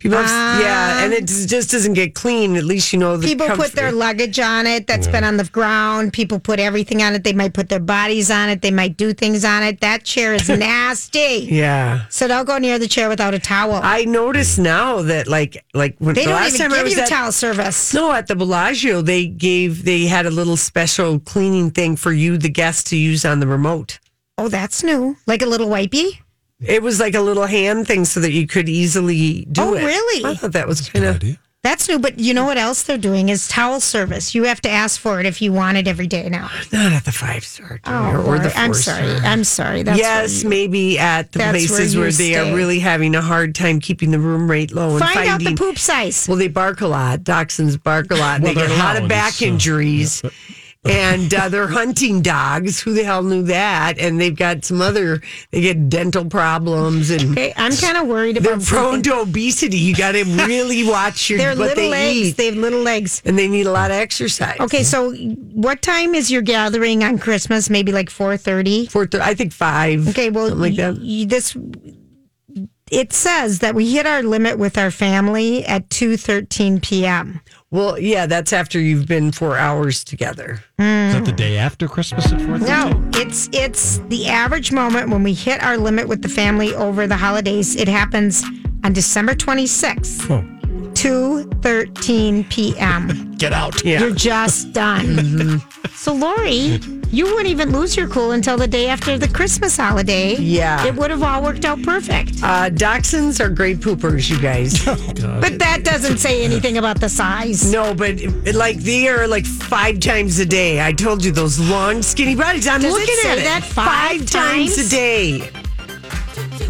[SPEAKER 3] People, have, s- yeah, and it just just doesn't get clean. At least you know the
[SPEAKER 2] Um, People put
[SPEAKER 3] comfort-
[SPEAKER 2] their luggage on it that's been on the ground. People put everything on it. They might put their bodies on it. They might do things on it. That chair
[SPEAKER 3] *laughs*
[SPEAKER 2] is nasty.
[SPEAKER 3] yeah.
[SPEAKER 2] So don't go near the chair without a towel.
[SPEAKER 3] I notice now that like like when
[SPEAKER 2] they
[SPEAKER 3] the
[SPEAKER 2] don't
[SPEAKER 3] last
[SPEAKER 2] even
[SPEAKER 3] time I
[SPEAKER 2] give
[SPEAKER 3] was
[SPEAKER 2] you
[SPEAKER 3] at,
[SPEAKER 2] towel service.
[SPEAKER 3] No, at the Bellagio, they gave they had a little special cleaning thing for you, the guest, to use on the remote.
[SPEAKER 2] Oh, that's new. Like a little wipey.
[SPEAKER 3] It was like a little hand thing so that you could easily do
[SPEAKER 2] Oh,
[SPEAKER 3] it.
[SPEAKER 2] really?
[SPEAKER 3] I thought that was kind of
[SPEAKER 1] idea.
[SPEAKER 2] That's new. But you know what else they're doing is towel service. You have to ask for it if you want it every day now.
[SPEAKER 3] not at the five star
[SPEAKER 2] Oh,
[SPEAKER 3] or, or the
[SPEAKER 2] Lord,
[SPEAKER 3] four
[SPEAKER 2] I'm sorry.
[SPEAKER 3] star.
[SPEAKER 2] I'm sorry. That's where
[SPEAKER 3] yes,
[SPEAKER 2] you-
[SPEAKER 3] maybe at the
[SPEAKER 2] That's where
[SPEAKER 3] places
[SPEAKER 2] you
[SPEAKER 3] where, they
[SPEAKER 2] stay.
[SPEAKER 3] are really having a hard time keeping the room rate low and
[SPEAKER 2] Find out
[SPEAKER 3] finding
[SPEAKER 2] the poop size.
[SPEAKER 3] Well, they bark a lot. Dachshunds bark a lot. and
[SPEAKER 1] Well,
[SPEAKER 3] they get
[SPEAKER 1] they're
[SPEAKER 3] a lot of
[SPEAKER 1] hounds,
[SPEAKER 3] back
[SPEAKER 1] *laughs* so-
[SPEAKER 3] injuries. and uh, they're hunting dogs. Who the hell knew that? And they've got some other. They get dental problems, and
[SPEAKER 2] *laughs* I'm kind of worried about
[SPEAKER 3] they're prone to obesity. You got to
[SPEAKER 2] *laughs*
[SPEAKER 3] really watch your
[SPEAKER 2] They're
[SPEAKER 3] what
[SPEAKER 2] little
[SPEAKER 3] they
[SPEAKER 2] legs.
[SPEAKER 3] eat.
[SPEAKER 2] They have little legs,
[SPEAKER 3] and they need a lot of exercise.
[SPEAKER 2] Okay, so what time is your gathering on Christmas? Maybe like four thirty.
[SPEAKER 3] Four thirty, I think five.
[SPEAKER 2] Okay, well,
[SPEAKER 3] something like that.
[SPEAKER 2] y- y- this it says that we hit our limit with our family at two thirteen p.m.
[SPEAKER 3] Well, yeah, that's after you've been four hours together.
[SPEAKER 1] Is that the day after Christmas at 4th?
[SPEAKER 2] No, it's it's the average moment when we hit our limit with the family over the holidays. It happens on December twenty sixth,
[SPEAKER 1] Oh.
[SPEAKER 2] two thirteen p.m.
[SPEAKER 1] Get out.
[SPEAKER 3] Yeah.
[SPEAKER 2] You're just done.
[SPEAKER 3] Mm-hmm.
[SPEAKER 2] so, Lori, you wouldn't even lose your cool until the day after the Christmas holiday.
[SPEAKER 3] Yeah.
[SPEAKER 2] it would have all worked out perfect.
[SPEAKER 3] Uh, dachshunds are great poopers, you guys.
[SPEAKER 1] *laughs*
[SPEAKER 2] But that doesn't say anything about the size.
[SPEAKER 3] *laughs* no, but like they are like five times a day. I told you those long, skinny bodies. I'm
[SPEAKER 2] Does it
[SPEAKER 3] looking
[SPEAKER 2] say
[SPEAKER 3] at it.
[SPEAKER 2] that five
[SPEAKER 3] times?
[SPEAKER 2] times?
[SPEAKER 3] a day.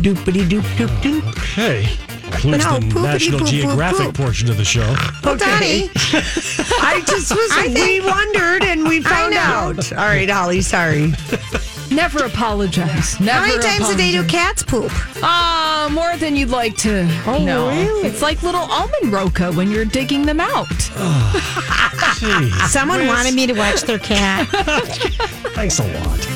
[SPEAKER 3] Doopity doop doop doop.
[SPEAKER 1] Okay. Includes
[SPEAKER 2] No,
[SPEAKER 1] the
[SPEAKER 2] poopity
[SPEAKER 1] National
[SPEAKER 2] poop, poop,
[SPEAKER 1] Geographic
[SPEAKER 2] poop.
[SPEAKER 1] portion of the show.
[SPEAKER 2] Well,
[SPEAKER 3] Okay.
[SPEAKER 2] Donnie,
[SPEAKER 3] I just was.
[SPEAKER 2] I
[SPEAKER 3] we
[SPEAKER 2] think-
[SPEAKER 3] wondered and we found
[SPEAKER 2] know.
[SPEAKER 3] out. All right, Holly. Sorry.
[SPEAKER 9] Never apologize. Never
[SPEAKER 2] how many times a day do
[SPEAKER 9] apologize.
[SPEAKER 2] cats poop?
[SPEAKER 9] Ah, more than you'd like to.
[SPEAKER 2] Oh,
[SPEAKER 9] know.
[SPEAKER 2] really?
[SPEAKER 9] It's like little almond roca when you're digging them out.
[SPEAKER 2] *laughs*
[SPEAKER 1] Jeez.
[SPEAKER 2] Someone wanted me to watch their
[SPEAKER 3] *laughs*
[SPEAKER 2] cat.
[SPEAKER 1] Thanks a lot.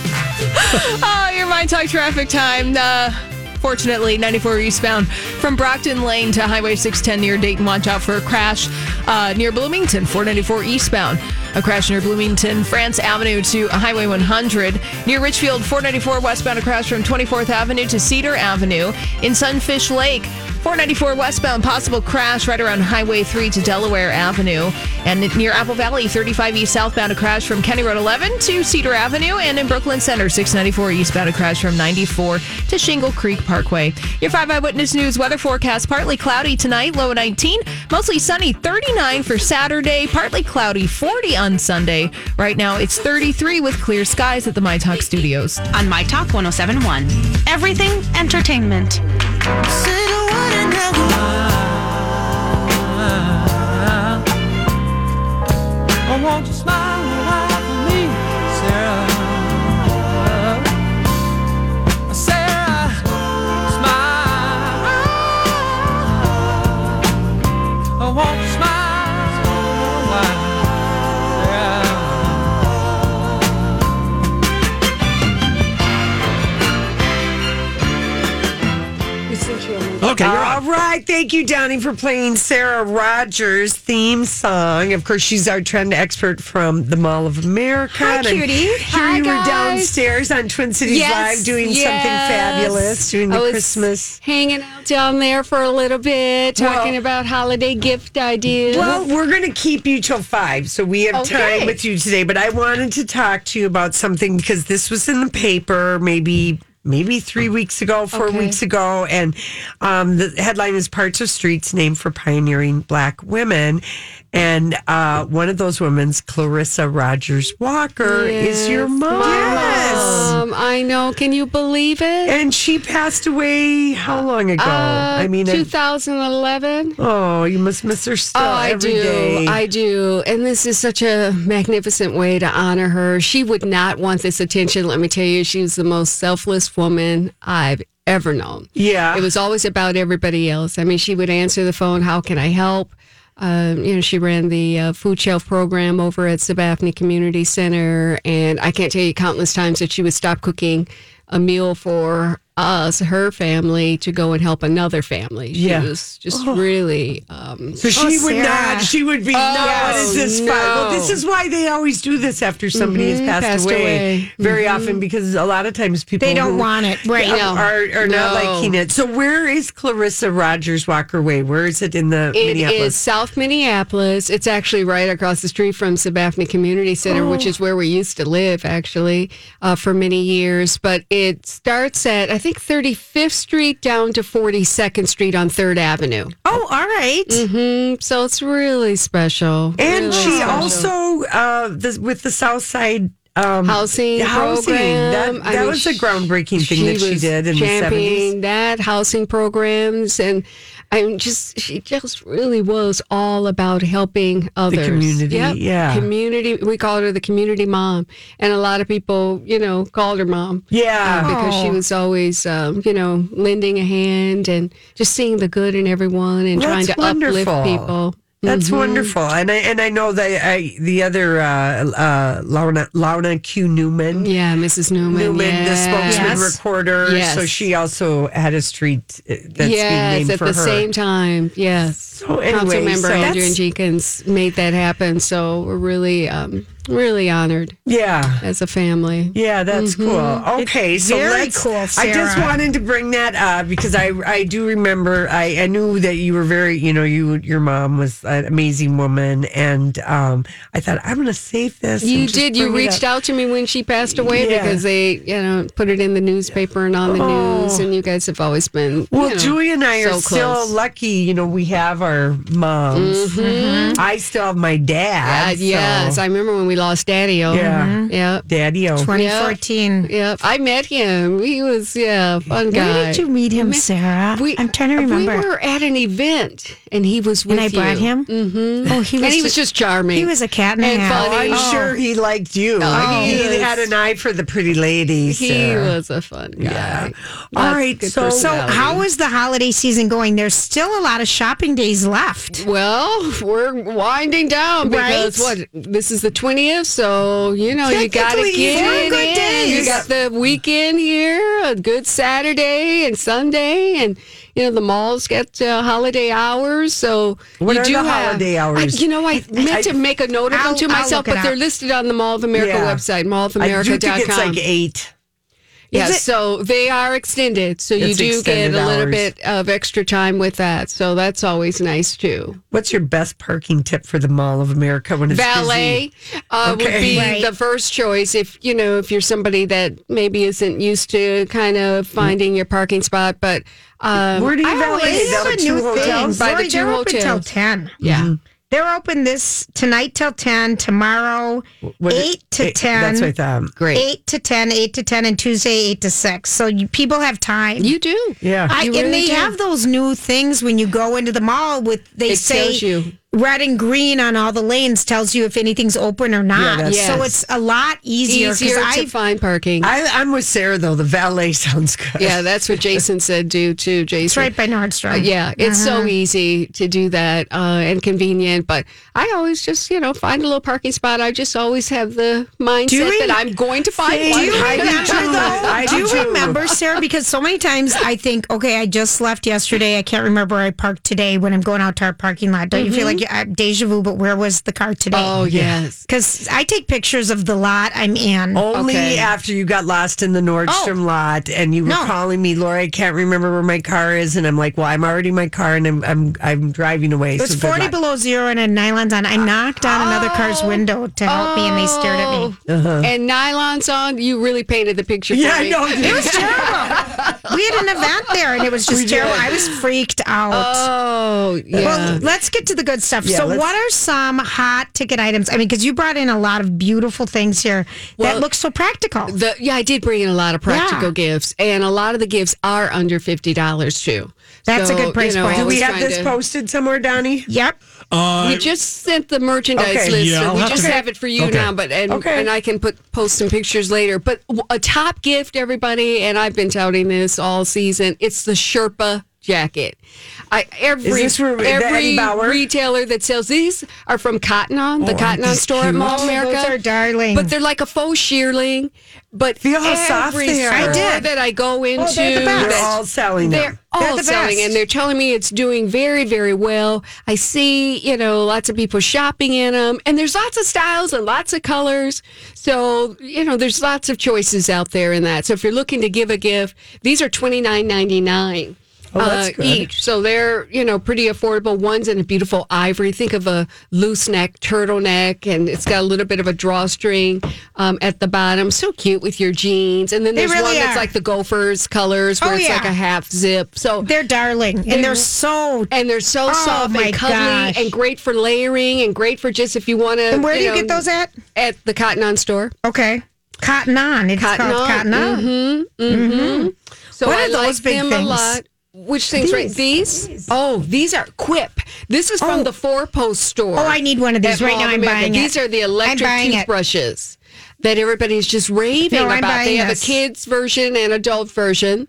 [SPEAKER 9] Oh, your mind talk traffic time. Uh, fortunately, 94 eastbound from Brockton Lane to Highway 610 near Dayton. Watch out for a crash uh, near Bloomington, 494 eastbound. A crash near Bloomington, France Avenue to Highway 100. Near Richfield, 494 westbound, a crash from 24th Avenue to Cedar Avenue. In Sunfish Lake, 494 westbound, possible crash right around Highway 3 to Delaware Avenue. And near Apple Valley, 35 east southbound, a crash from County Road 11 to Cedar Avenue. And in Brooklyn Center, 694 eastbound, a crash from 94 to Shingle Creek Parkway. Your 5 Eyewitness News weather forecast partly cloudy tonight, low 19, mostly sunny 39 for Saturday, partly cloudy 40 on Sunday. Right now, it's 33 with clear skies at the My Talk Studios.
[SPEAKER 4] on My Talk 1071. Everything entertainment.
[SPEAKER 1] Okay, you're
[SPEAKER 3] All
[SPEAKER 1] on.
[SPEAKER 3] right. Thank you, Donnie, for playing Sarah Rogers' theme song. Of course, she's our trend expert from the Mall of America.
[SPEAKER 2] Hi,
[SPEAKER 3] And I'm
[SPEAKER 2] cutie.
[SPEAKER 3] Here
[SPEAKER 2] Hi,
[SPEAKER 3] you
[SPEAKER 2] guys.
[SPEAKER 3] were downstairs on Twin Cities Live doing something
[SPEAKER 9] yes.
[SPEAKER 3] fabulous, doing the
[SPEAKER 10] I was
[SPEAKER 3] Christmas.
[SPEAKER 10] hanging out down there for a little bit, talking
[SPEAKER 3] Well-
[SPEAKER 10] about holiday gift ideas.
[SPEAKER 3] Well, we're going to keep you till five, so we have
[SPEAKER 10] Okay.
[SPEAKER 3] time with you today. But I wanted to talk to you about something because this was in the paper, maybe. Maybe three weeks ago, four
[SPEAKER 10] Okay.
[SPEAKER 3] weeks ago, and um, the headline is "Parts of Streets Named for Pioneering Black Women," and uh, one of those women's, Clarissa Rogers Walker, is your mom.
[SPEAKER 10] Um, I know. Can you believe it?
[SPEAKER 3] and she passed away how long ago?
[SPEAKER 10] Uh,
[SPEAKER 3] I mean, I-
[SPEAKER 10] 2011.
[SPEAKER 3] oh, you must miss her still
[SPEAKER 10] Oh, I
[SPEAKER 3] every
[SPEAKER 10] do.
[SPEAKER 3] day.
[SPEAKER 10] I do. And this is such a magnificent way to honor her. She would not want this attention. Let me tell you, she was the most selfless woman I've ever known.
[SPEAKER 3] yeah,
[SPEAKER 10] It was always about everybody else. I mean, she would answer the phone, how can I help? Um, you know, she ran the uh, food shelf program over at Sabathany Community Center. And I can't tell you countless times that she would stop cooking a meal for us, her family, to go and help another family. She
[SPEAKER 3] Yeah. Oh.
[SPEAKER 10] was just really. Um,
[SPEAKER 3] So she would
[SPEAKER 2] Sarah.
[SPEAKER 3] not. She would be. no, what is this?
[SPEAKER 10] no.
[SPEAKER 3] fi- Well, this is why they always do this after somebody has passed,
[SPEAKER 10] passed
[SPEAKER 3] away.
[SPEAKER 10] away.
[SPEAKER 3] Very often, because a lot of times people
[SPEAKER 2] They don't
[SPEAKER 3] who-
[SPEAKER 2] want it. Right.
[SPEAKER 10] No.
[SPEAKER 3] are, are not
[SPEAKER 10] No.
[SPEAKER 3] liking it. So where is Clarissa Rogers Walker Way? Where is it in the
[SPEAKER 10] It
[SPEAKER 3] Minneapolis?
[SPEAKER 10] is South Minneapolis. It's actually right across the street from Sabathany Community Center, which is where we used to live actually uh, for many years. But it starts at I think 35th Street down to 42nd Street on Third Avenue.
[SPEAKER 3] Oh, all right.
[SPEAKER 10] Mm, So it's really special.
[SPEAKER 3] And
[SPEAKER 10] really
[SPEAKER 3] she
[SPEAKER 10] special.
[SPEAKER 3] also uh, the, with the South Side um,
[SPEAKER 10] housing,
[SPEAKER 3] housing. That-
[SPEAKER 10] program. I
[SPEAKER 3] that
[SPEAKER 10] mean,
[SPEAKER 3] was a groundbreaking thing that she
[SPEAKER 10] was
[SPEAKER 3] did in the
[SPEAKER 10] championing
[SPEAKER 3] 70s.
[SPEAKER 10] That housing programs and I'm just she just really was all about helping others.
[SPEAKER 3] community, yeah.
[SPEAKER 10] community. We called her the community mom, and a lot of people, you know, called her mom.
[SPEAKER 3] Yeah.
[SPEAKER 2] Uh-huh.
[SPEAKER 10] uh, because she
[SPEAKER 3] Oh.
[SPEAKER 10] was always, um, you know, lending a hand and just seeing the good in everyone and trying to uplift people.
[SPEAKER 3] That's
[SPEAKER 10] Mhm.
[SPEAKER 3] wonderful, and I and I know that I, the other uh, uh, Launa Launa Q Newman,
[SPEAKER 10] yeah, Mrs. Newman,
[SPEAKER 3] the
[SPEAKER 10] yes.
[SPEAKER 3] spokesman
[SPEAKER 10] Yes.
[SPEAKER 3] recorder.
[SPEAKER 10] Yes.
[SPEAKER 3] So she also had a street uh, that's
[SPEAKER 10] yes,
[SPEAKER 3] being named
[SPEAKER 10] at
[SPEAKER 3] for
[SPEAKER 10] the
[SPEAKER 3] her.
[SPEAKER 10] same time. Yes. So
[SPEAKER 3] anyway,
[SPEAKER 10] Council member
[SPEAKER 3] so
[SPEAKER 10] Adrian
[SPEAKER 3] that's-
[SPEAKER 10] Jenkins made that happen. So we're really, um, really honored.
[SPEAKER 3] Yeah.
[SPEAKER 10] As a family. Mm-hmm.
[SPEAKER 3] Yeah, that's cool. Okay, so
[SPEAKER 10] very
[SPEAKER 3] let's,
[SPEAKER 10] cool,
[SPEAKER 3] I just
[SPEAKER 10] Sarah.
[SPEAKER 3] wanted to bring that up because I I do remember I, I knew that you were very you know you your mom was an amazing woman and um I thought I'm gonna save this. and
[SPEAKER 10] You
[SPEAKER 3] just
[SPEAKER 10] did. You
[SPEAKER 3] bring it
[SPEAKER 10] reached
[SPEAKER 3] up."
[SPEAKER 10] out to me when she passed away
[SPEAKER 3] Yeah.
[SPEAKER 10] because they, you know, put it in the newspaper and on the news.
[SPEAKER 3] Oh.
[SPEAKER 10] And you guys have always been. you
[SPEAKER 3] Well,
[SPEAKER 10] know,
[SPEAKER 3] Julie and I are
[SPEAKER 10] so
[SPEAKER 3] still
[SPEAKER 10] close.
[SPEAKER 3] lucky. You know, we have our moms. Mm-hmm.
[SPEAKER 10] Mhm.
[SPEAKER 3] I still have my
[SPEAKER 10] Uh,
[SPEAKER 3] dad.
[SPEAKER 10] yes,
[SPEAKER 3] so-
[SPEAKER 10] I remember when we lost Daddy-O.
[SPEAKER 3] Yeah. Mhm.
[SPEAKER 10] Yep.
[SPEAKER 3] Daddy-O.
[SPEAKER 10] 2014. Yep. I met him. He was, yeah, fun guy.
[SPEAKER 2] Where did you meet him, Sarah? I'm trying to remember.
[SPEAKER 10] We were at an event, and he was with
[SPEAKER 2] and I
[SPEAKER 10] you.
[SPEAKER 2] brought him.
[SPEAKER 10] Mm-hmm.
[SPEAKER 2] Oh, he was.
[SPEAKER 10] and he was just charming.
[SPEAKER 2] He was a cat and,
[SPEAKER 10] And
[SPEAKER 2] a half.
[SPEAKER 10] funny.
[SPEAKER 3] I'm
[SPEAKER 10] Oh.
[SPEAKER 3] sure he liked you.
[SPEAKER 10] Oh,
[SPEAKER 3] he,
[SPEAKER 10] he
[SPEAKER 3] had
[SPEAKER 10] was-
[SPEAKER 3] an eye for the pretty ladies.
[SPEAKER 10] He
[SPEAKER 3] Sarah.
[SPEAKER 10] was a fun guy.
[SPEAKER 3] Yeah.
[SPEAKER 10] Lots
[SPEAKER 3] All
[SPEAKER 10] of
[SPEAKER 3] right.
[SPEAKER 10] good
[SPEAKER 3] So,
[SPEAKER 2] So, how is the holiday season going? There's still a lot of shopping days left.
[SPEAKER 10] Well, *laughs* we're winding down because
[SPEAKER 2] Right.
[SPEAKER 10] what this is the twentieth, so you know you got to
[SPEAKER 2] Technically,
[SPEAKER 10] get
[SPEAKER 2] four
[SPEAKER 10] it
[SPEAKER 2] good
[SPEAKER 10] in.
[SPEAKER 2] days.
[SPEAKER 10] You got the weekend here, a good Saturday and Sunday, and you know the malls get uh, holiday hours. So
[SPEAKER 3] What
[SPEAKER 10] you
[SPEAKER 3] are
[SPEAKER 10] do
[SPEAKER 3] the
[SPEAKER 10] have-
[SPEAKER 3] holiday hours?
[SPEAKER 10] I, you know, I meant
[SPEAKER 3] I-
[SPEAKER 10] to make a note of
[SPEAKER 3] I'll-
[SPEAKER 10] them to
[SPEAKER 3] I'll
[SPEAKER 10] myself,
[SPEAKER 3] look it
[SPEAKER 10] but they're
[SPEAKER 3] up.
[SPEAKER 10] listed on the Mall of America
[SPEAKER 3] Yeah.
[SPEAKER 10] website,
[SPEAKER 3] I uh, do
[SPEAKER 10] mallofamerica.com.
[SPEAKER 3] think it's like eight.
[SPEAKER 10] Yeah,
[SPEAKER 3] Is it-
[SPEAKER 10] so they are extended, so you
[SPEAKER 3] It's
[SPEAKER 10] do get
[SPEAKER 3] extended
[SPEAKER 10] a little
[SPEAKER 3] hours.
[SPEAKER 10] bit of extra time with that. So that's always nice too.
[SPEAKER 3] What's your best parking tip for the Mall of America when it's
[SPEAKER 10] Valet
[SPEAKER 3] busy?
[SPEAKER 10] uh, would
[SPEAKER 3] Okay.
[SPEAKER 10] be
[SPEAKER 3] Right.
[SPEAKER 10] the first choice if you know if you're somebody that maybe isn't used to kind of
[SPEAKER 3] Mm-hmm.
[SPEAKER 10] finding your parking spot. But um,
[SPEAKER 3] Where do you
[SPEAKER 10] I
[SPEAKER 3] valet?
[SPEAKER 10] always-
[SPEAKER 3] Is that
[SPEAKER 2] It's a new thing.
[SPEAKER 10] By the
[SPEAKER 2] Lori,
[SPEAKER 10] two
[SPEAKER 2] they're open till
[SPEAKER 10] hotels.
[SPEAKER 2] ten.
[SPEAKER 3] Mm-hmm.
[SPEAKER 10] Yeah.
[SPEAKER 2] They're open this tonight till ten, tomorrow
[SPEAKER 3] What-
[SPEAKER 2] eight to
[SPEAKER 3] eh,
[SPEAKER 2] ten.
[SPEAKER 3] That's what I thought.
[SPEAKER 10] Great.
[SPEAKER 2] Eight to 10, 8 to 10, and Tuesday, 8 to 6. So you, people have time.
[SPEAKER 10] You do.
[SPEAKER 3] Yeah.
[SPEAKER 2] I,
[SPEAKER 10] You
[SPEAKER 2] and
[SPEAKER 10] really
[SPEAKER 2] they
[SPEAKER 10] do.
[SPEAKER 2] have those new things when you go into the mall with, they
[SPEAKER 10] It
[SPEAKER 2] say
[SPEAKER 10] tells you.
[SPEAKER 2] red and green on all the lanes tells you if anything's open or not.
[SPEAKER 3] that's-
[SPEAKER 2] So it's a lot easier. 'cause
[SPEAKER 10] easier to
[SPEAKER 2] I've-
[SPEAKER 10] find parking.
[SPEAKER 3] I, I'm with Sarah though. The valet *laughs* sounds good.
[SPEAKER 10] yeah, that's
[SPEAKER 3] *laughs*
[SPEAKER 10] what Jason said. Do too, Jason.
[SPEAKER 2] It's right Uh-huh. by Nordstrom.
[SPEAKER 10] Uh, yeah, it's so easy to do that uh, and convenient. But I always just, you know, find a little parking spot. I just always have the mindset
[SPEAKER 2] Do you
[SPEAKER 10] that I'm going to find
[SPEAKER 3] Same.
[SPEAKER 10] one.
[SPEAKER 2] Do you
[SPEAKER 3] I do
[SPEAKER 2] remember
[SPEAKER 3] too. I
[SPEAKER 2] though? Do
[SPEAKER 3] do
[SPEAKER 2] you
[SPEAKER 3] too.
[SPEAKER 2] remember, Sarah? Because so many times I think, okay, I just left yesterday. I can't remember where I parked today when I'm going out to our parking lot. Don't you feel like you, I, deja vu? But where was the car today?
[SPEAKER 10] Mm-hmm. Oh, yes.
[SPEAKER 2] Because I take pictures of the lot I'm in.
[SPEAKER 3] Only
[SPEAKER 10] Okay.
[SPEAKER 3] after you got lost in the Nordstrom lot and you were
[SPEAKER 2] No.
[SPEAKER 3] calling me, Laura, I can't remember where my car is, and I'm like, well, I'm already in my car and I'm I'm, I'm driving away.
[SPEAKER 2] It was
[SPEAKER 3] so
[SPEAKER 2] 40
[SPEAKER 3] good luck.
[SPEAKER 2] below zero and a nylon's on. I knocked on another car's
[SPEAKER 10] Oh.
[SPEAKER 2] window to help me, and they stared at me.
[SPEAKER 10] And nylons on, you really painted the
[SPEAKER 3] *laughs*
[SPEAKER 10] picture
[SPEAKER 3] Yeah,
[SPEAKER 10] for
[SPEAKER 3] I
[SPEAKER 10] me.
[SPEAKER 3] know.
[SPEAKER 2] It was terrible. *laughs*
[SPEAKER 10] Oh.
[SPEAKER 2] we had an event there, and it was just terrible. I was freaked out.
[SPEAKER 10] Oh, yeah.
[SPEAKER 2] Well, let's get to the good stuff.
[SPEAKER 3] Yeah,
[SPEAKER 2] so,
[SPEAKER 3] let's-
[SPEAKER 2] what are some hot ticket items? I mean, because you brought in a lot of beautiful things here
[SPEAKER 10] Well,
[SPEAKER 2] that look so practical.
[SPEAKER 10] The, yeah, I did bring in a lot of practical
[SPEAKER 2] Yeah.
[SPEAKER 10] gifts, and a lot of the gifts are under fifty dollars too.
[SPEAKER 2] That's a good price point.
[SPEAKER 3] Do we
[SPEAKER 10] always
[SPEAKER 3] have
[SPEAKER 10] trying
[SPEAKER 3] this
[SPEAKER 10] to-
[SPEAKER 3] posted somewhere, Donnie?
[SPEAKER 2] yep.
[SPEAKER 1] Uh,
[SPEAKER 10] We just sent the merchandise
[SPEAKER 3] Okay.
[SPEAKER 10] list.
[SPEAKER 1] Yeah, I'll
[SPEAKER 10] we
[SPEAKER 1] have
[SPEAKER 10] just
[SPEAKER 1] to-
[SPEAKER 10] have it for you
[SPEAKER 1] Okay.
[SPEAKER 10] now, but and
[SPEAKER 3] Okay.
[SPEAKER 10] and I can put post some pictures later. But w- a top gift, everybody, and I've been touting this all season. It's the Sherpa jacket. I every
[SPEAKER 3] this where- the Eddie
[SPEAKER 10] every
[SPEAKER 3] Bauer? Oh,
[SPEAKER 10] retailer that sells these are from Cotton On, the Cotton On store at Mall
[SPEAKER 2] Oh,
[SPEAKER 10] America.
[SPEAKER 2] those are darling.
[SPEAKER 10] But they're like a faux shearling. But
[SPEAKER 3] Feel how soft
[SPEAKER 10] every
[SPEAKER 3] they are.
[SPEAKER 10] store
[SPEAKER 3] I Oh,
[SPEAKER 2] did.
[SPEAKER 10] that I go into.
[SPEAKER 2] the best.
[SPEAKER 3] They're
[SPEAKER 10] that-
[SPEAKER 3] all selling
[SPEAKER 10] they're
[SPEAKER 3] them.
[SPEAKER 10] all
[SPEAKER 2] They're the
[SPEAKER 10] selling,
[SPEAKER 2] best.
[SPEAKER 10] and they're telling me it's doing very, very well. I see, you know, lots of people shopping in them, and there's lots of styles and lots of colors. So, you know, there's lots of choices out there in that. So, if you're looking to give a gift, these are twenty nine ninety nine. Oh, that's good. each. So they're, you know, pretty affordable. One's in a beautiful ivory. Think of a loose neck turtleneck, and it's got a little bit of a drawstring um, at the bottom. So cute with your jeans. And then
[SPEAKER 2] They
[SPEAKER 10] there's
[SPEAKER 2] really
[SPEAKER 10] one that's
[SPEAKER 2] are.
[SPEAKER 10] like the gopher's colors, where
[SPEAKER 2] Oh,
[SPEAKER 10] it's
[SPEAKER 2] yeah.
[SPEAKER 10] like a half zip. So
[SPEAKER 2] they're darling, and they're so
[SPEAKER 10] and they're so
[SPEAKER 2] Oh,
[SPEAKER 10] soft
[SPEAKER 2] my
[SPEAKER 10] and cuddly,
[SPEAKER 2] gosh.
[SPEAKER 10] and great for layering, and great for just if you want to.
[SPEAKER 2] And where do you get those at?
[SPEAKER 10] At the Cotton On store.
[SPEAKER 2] Okay. Cotton On. It's
[SPEAKER 10] Cotton
[SPEAKER 2] called
[SPEAKER 10] On.
[SPEAKER 2] Cotton On.
[SPEAKER 10] Mm-hmm. Mm-hmm. So
[SPEAKER 2] What
[SPEAKER 10] I
[SPEAKER 2] are those
[SPEAKER 10] like
[SPEAKER 2] big
[SPEAKER 10] them
[SPEAKER 2] things?
[SPEAKER 10] a lot. Which things? Right? These? Oh, these are Quip. This is from the four post store.
[SPEAKER 2] Oh, I need one of these
[SPEAKER 10] at
[SPEAKER 2] right
[SPEAKER 10] Mall
[SPEAKER 2] now.
[SPEAKER 10] of
[SPEAKER 2] I'm
[SPEAKER 10] America.
[SPEAKER 2] buying it.
[SPEAKER 10] These are the
[SPEAKER 2] I'm
[SPEAKER 10] electric
[SPEAKER 2] buying it.
[SPEAKER 10] toothbrushes that everybody's just raving
[SPEAKER 2] No, I'm
[SPEAKER 10] about. They
[SPEAKER 2] buying
[SPEAKER 10] have
[SPEAKER 2] this.
[SPEAKER 10] a kids version and adult version.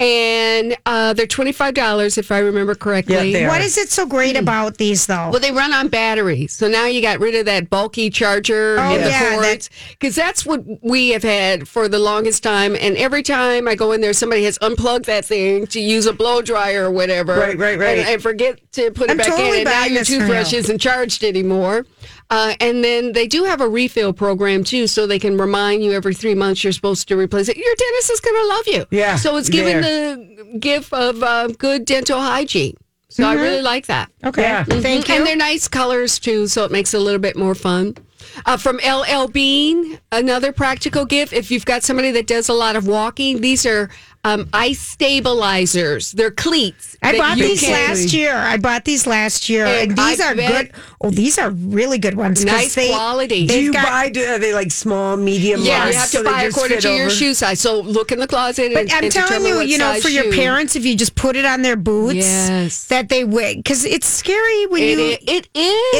[SPEAKER 10] And uh, they're twenty five dollars if I remember correctly.
[SPEAKER 2] What is it so
[SPEAKER 3] Mm.
[SPEAKER 2] great about these though?
[SPEAKER 10] Well, they run on batteries, so now you got rid of that bulky charger
[SPEAKER 2] Oh,
[SPEAKER 10] and
[SPEAKER 2] yeah,
[SPEAKER 10] the cords. Because that's what we have had for the longest time. And every time I go in there, somebody has unplugged that thing to use a blow dryer or whatever.
[SPEAKER 3] Right, right, right.
[SPEAKER 10] And, and forget to put
[SPEAKER 3] I'm
[SPEAKER 10] it back
[SPEAKER 3] totally
[SPEAKER 10] in. And now
[SPEAKER 3] buying
[SPEAKER 10] your
[SPEAKER 3] this for
[SPEAKER 10] toothbrush
[SPEAKER 3] now.
[SPEAKER 10] isn't charged anymore. Uh, and then they do have a refill program too, so they can remind you every three months you're supposed to replace it. Your dentist is going to love you.
[SPEAKER 3] Yeah,
[SPEAKER 10] So it's given
[SPEAKER 3] there.
[SPEAKER 10] the gift of uh, good dental hygiene. So I
[SPEAKER 3] Mm-hmm.
[SPEAKER 2] Mhm.
[SPEAKER 10] really like that.
[SPEAKER 2] Okay. Yeah.
[SPEAKER 10] Mhm.
[SPEAKER 2] Thank you.
[SPEAKER 10] And they're nice colors too, so it makes it a little bit more fun. Uh, from LL Bean, another practical gift. If you've got somebody that does a lot of walking, these are um, ice stabilizers. They're cleats.
[SPEAKER 2] I
[SPEAKER 10] that
[SPEAKER 2] bought
[SPEAKER 10] you
[SPEAKER 2] these
[SPEAKER 10] can-
[SPEAKER 2] last year. I bought these last year,
[SPEAKER 10] And
[SPEAKER 2] and, these
[SPEAKER 10] I
[SPEAKER 2] are good.
[SPEAKER 10] bet-
[SPEAKER 2] Oh, these are really good ones. 'cause
[SPEAKER 10] Nice
[SPEAKER 2] they,
[SPEAKER 10] quality.
[SPEAKER 3] Do
[SPEAKER 2] they've
[SPEAKER 3] you
[SPEAKER 2] got-
[SPEAKER 3] buy? Do, are they like small, medium?
[SPEAKER 10] Yeah,
[SPEAKER 3] large,
[SPEAKER 10] you have
[SPEAKER 3] so
[SPEAKER 10] to
[SPEAKER 3] they
[SPEAKER 10] buy
[SPEAKER 3] just
[SPEAKER 10] according
[SPEAKER 3] fit
[SPEAKER 10] to your
[SPEAKER 3] over?
[SPEAKER 10] shoe size. So look in the closet.
[SPEAKER 2] But
[SPEAKER 10] and,
[SPEAKER 2] I'm
[SPEAKER 10] and
[SPEAKER 2] telling
[SPEAKER 10] determine
[SPEAKER 2] you,
[SPEAKER 10] what
[SPEAKER 2] you know,
[SPEAKER 10] size
[SPEAKER 2] for your
[SPEAKER 10] shoe.
[SPEAKER 2] parents, if you just put it on their boots,
[SPEAKER 10] Yes.
[SPEAKER 2] that they wear because it's scary when
[SPEAKER 10] It
[SPEAKER 2] you.
[SPEAKER 10] i- it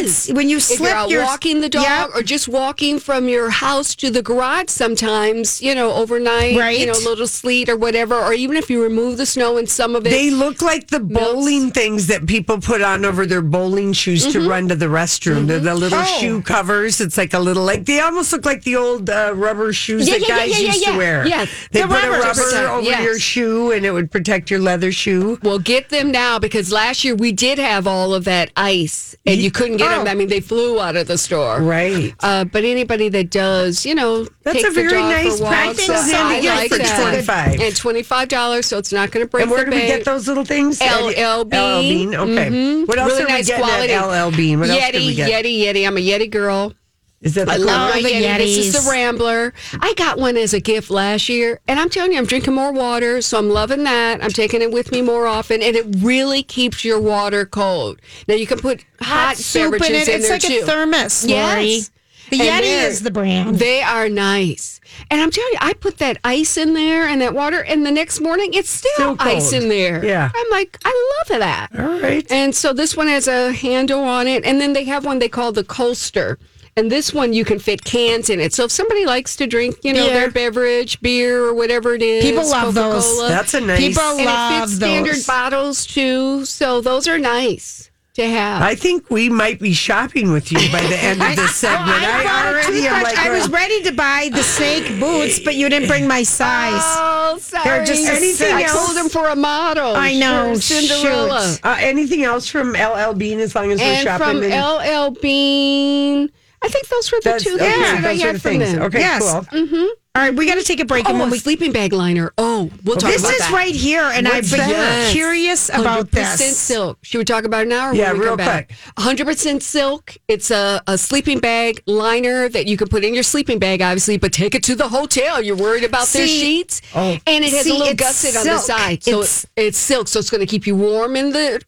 [SPEAKER 10] is.
[SPEAKER 2] It's when you
[SPEAKER 10] if you're
[SPEAKER 2] slip
[SPEAKER 10] out
[SPEAKER 2] your
[SPEAKER 10] walking the dog
[SPEAKER 2] Yep.
[SPEAKER 10] or just walking from your house to the garage sometimes, you know, overnight,
[SPEAKER 2] Right.
[SPEAKER 10] you know, a little sleet or whatever, or even if you remove the snow and some of it.
[SPEAKER 3] They look like the bowling things that people put on over their bowling shoes
[SPEAKER 10] Mm-hmm.
[SPEAKER 3] to run to the restroom. They're the little
[SPEAKER 2] Oh.
[SPEAKER 3] shoe covers. It's like a little like they almost look like the old uh, rubber shoes
[SPEAKER 10] Yeah,
[SPEAKER 3] that
[SPEAKER 10] yeah, yeah,
[SPEAKER 3] guys
[SPEAKER 10] yeah, yeah,
[SPEAKER 3] used
[SPEAKER 10] yeah.
[SPEAKER 3] to wear.
[SPEAKER 10] Yes.
[SPEAKER 3] they
[SPEAKER 10] The
[SPEAKER 3] put a
[SPEAKER 10] rubber
[SPEAKER 3] rubber
[SPEAKER 10] percent,
[SPEAKER 3] over
[SPEAKER 10] yes.
[SPEAKER 3] your shoe and it would protect your leather shoe.
[SPEAKER 10] well, get them now because last year we did have all of that ice and you couldn't get them. I mean, they flew out of the store.
[SPEAKER 3] Oh. Right.
[SPEAKER 10] Uh, but anybody that does, you know,
[SPEAKER 3] That's
[SPEAKER 10] takes
[SPEAKER 3] a very
[SPEAKER 10] the dog
[SPEAKER 3] nice
[SPEAKER 10] for walks,
[SPEAKER 3] price.
[SPEAKER 10] so
[SPEAKER 3] That's
[SPEAKER 10] I
[SPEAKER 3] handy
[SPEAKER 10] like
[SPEAKER 3] for
[SPEAKER 10] that.
[SPEAKER 3] 25.
[SPEAKER 10] and twenty five dollars, so it's not going to break.
[SPEAKER 3] And where
[SPEAKER 10] the
[SPEAKER 3] do we get
[SPEAKER 10] bank.
[SPEAKER 3] those little things?
[SPEAKER 10] LL Bean.
[SPEAKER 3] LL Bean. Okay.
[SPEAKER 10] Mhm.
[SPEAKER 3] What else
[SPEAKER 10] really
[SPEAKER 3] are we
[SPEAKER 10] nice
[SPEAKER 3] getting
[SPEAKER 10] quality.
[SPEAKER 3] at LL Bean? What
[SPEAKER 10] Yeti,
[SPEAKER 3] else can we get?
[SPEAKER 10] Yeti, Yeti. I'm a Yeti girl.
[SPEAKER 3] Is that the
[SPEAKER 10] I love
[SPEAKER 3] color?
[SPEAKER 10] my Yeti. This is
[SPEAKER 2] Yetis.
[SPEAKER 10] the Rambler. I got one as a gift last year, and I'm telling you, I'm drinking more water, so I'm loving that. I'm taking it with me more often, and it really keeps your water cold. Now you can put hot,
[SPEAKER 2] hot soup in it.
[SPEAKER 10] beverages in
[SPEAKER 2] It's
[SPEAKER 10] there
[SPEAKER 2] like
[SPEAKER 10] too.
[SPEAKER 2] a thermos, Lori.
[SPEAKER 10] Yes.
[SPEAKER 2] The
[SPEAKER 10] And
[SPEAKER 2] Yeti
[SPEAKER 10] they're-
[SPEAKER 2] is the brand.
[SPEAKER 10] They are nice. And I'm telling you, I put that ice in there and that water, and the next morning it's still,
[SPEAKER 3] Still cold.
[SPEAKER 10] ice in there.
[SPEAKER 3] Yeah.
[SPEAKER 10] I'm like, I love that.
[SPEAKER 3] All right.
[SPEAKER 10] And so this one has a handle on it. And then they have one they call the coaster. And this one you can fit cans in it. So if somebody likes to drink, you know, their beverage, beer or whatever it is.
[SPEAKER 2] People love those.
[SPEAKER 10] Coca-Cola.
[SPEAKER 3] That's a nice.
[SPEAKER 2] People
[SPEAKER 10] and it
[SPEAKER 2] love
[SPEAKER 10] fits standard
[SPEAKER 2] those.
[SPEAKER 10] bottles too. So those are nice to have.
[SPEAKER 3] I think we might be shopping with you by the
[SPEAKER 10] *laughs*
[SPEAKER 3] end of this segment.
[SPEAKER 2] I, bought a toothbrush. I was ready to buy the
[SPEAKER 10] *sighs*
[SPEAKER 2] snake boots, but you didn't bring my size.
[SPEAKER 10] Oh, sorry.
[SPEAKER 2] just a Anything
[SPEAKER 10] I
[SPEAKER 2] six.
[SPEAKER 10] told him for a model.
[SPEAKER 2] I know,
[SPEAKER 10] For Cinderella.
[SPEAKER 2] shoot.
[SPEAKER 3] Uh, anything else from LL Bean? As long as we're
[SPEAKER 10] And
[SPEAKER 3] shopping,
[SPEAKER 10] from
[SPEAKER 3] in-
[SPEAKER 10] LL Bean. I think those were the
[SPEAKER 3] That's-
[SPEAKER 10] two
[SPEAKER 3] okay,
[SPEAKER 10] things
[SPEAKER 3] those
[SPEAKER 10] that I
[SPEAKER 3] were the
[SPEAKER 10] had from
[SPEAKER 3] things.
[SPEAKER 10] them. Mm-hmm.
[SPEAKER 3] Okay,
[SPEAKER 2] Yes.
[SPEAKER 3] cool.
[SPEAKER 2] All right, we got to take a break. and
[SPEAKER 10] Oh,
[SPEAKER 2] when
[SPEAKER 10] a
[SPEAKER 2] we
[SPEAKER 10] sleeping bag liner. Oh, we'll talk
[SPEAKER 2] this
[SPEAKER 10] about
[SPEAKER 2] is
[SPEAKER 10] that.
[SPEAKER 2] right here, and I've
[SPEAKER 10] What's
[SPEAKER 2] been
[SPEAKER 10] that?
[SPEAKER 2] curious about
[SPEAKER 10] 100%
[SPEAKER 2] this.
[SPEAKER 10] silk. Should we talk about it now? Or
[SPEAKER 3] Yeah,
[SPEAKER 10] when we
[SPEAKER 3] real
[SPEAKER 10] come back?
[SPEAKER 3] quick.
[SPEAKER 10] 100% silk. It's a, a sleeping bag liner that you can put in your sleeping bag, obviously, but take it to the hotel. You're worried about their
[SPEAKER 2] See-
[SPEAKER 10] sheets.
[SPEAKER 3] Oh.
[SPEAKER 10] And it has
[SPEAKER 2] See,
[SPEAKER 10] a little
[SPEAKER 2] it's
[SPEAKER 10] gusset on the
[SPEAKER 2] silk.
[SPEAKER 10] side. So
[SPEAKER 2] It's-
[SPEAKER 10] it's, it's silk. So it's going to keep you warm in the,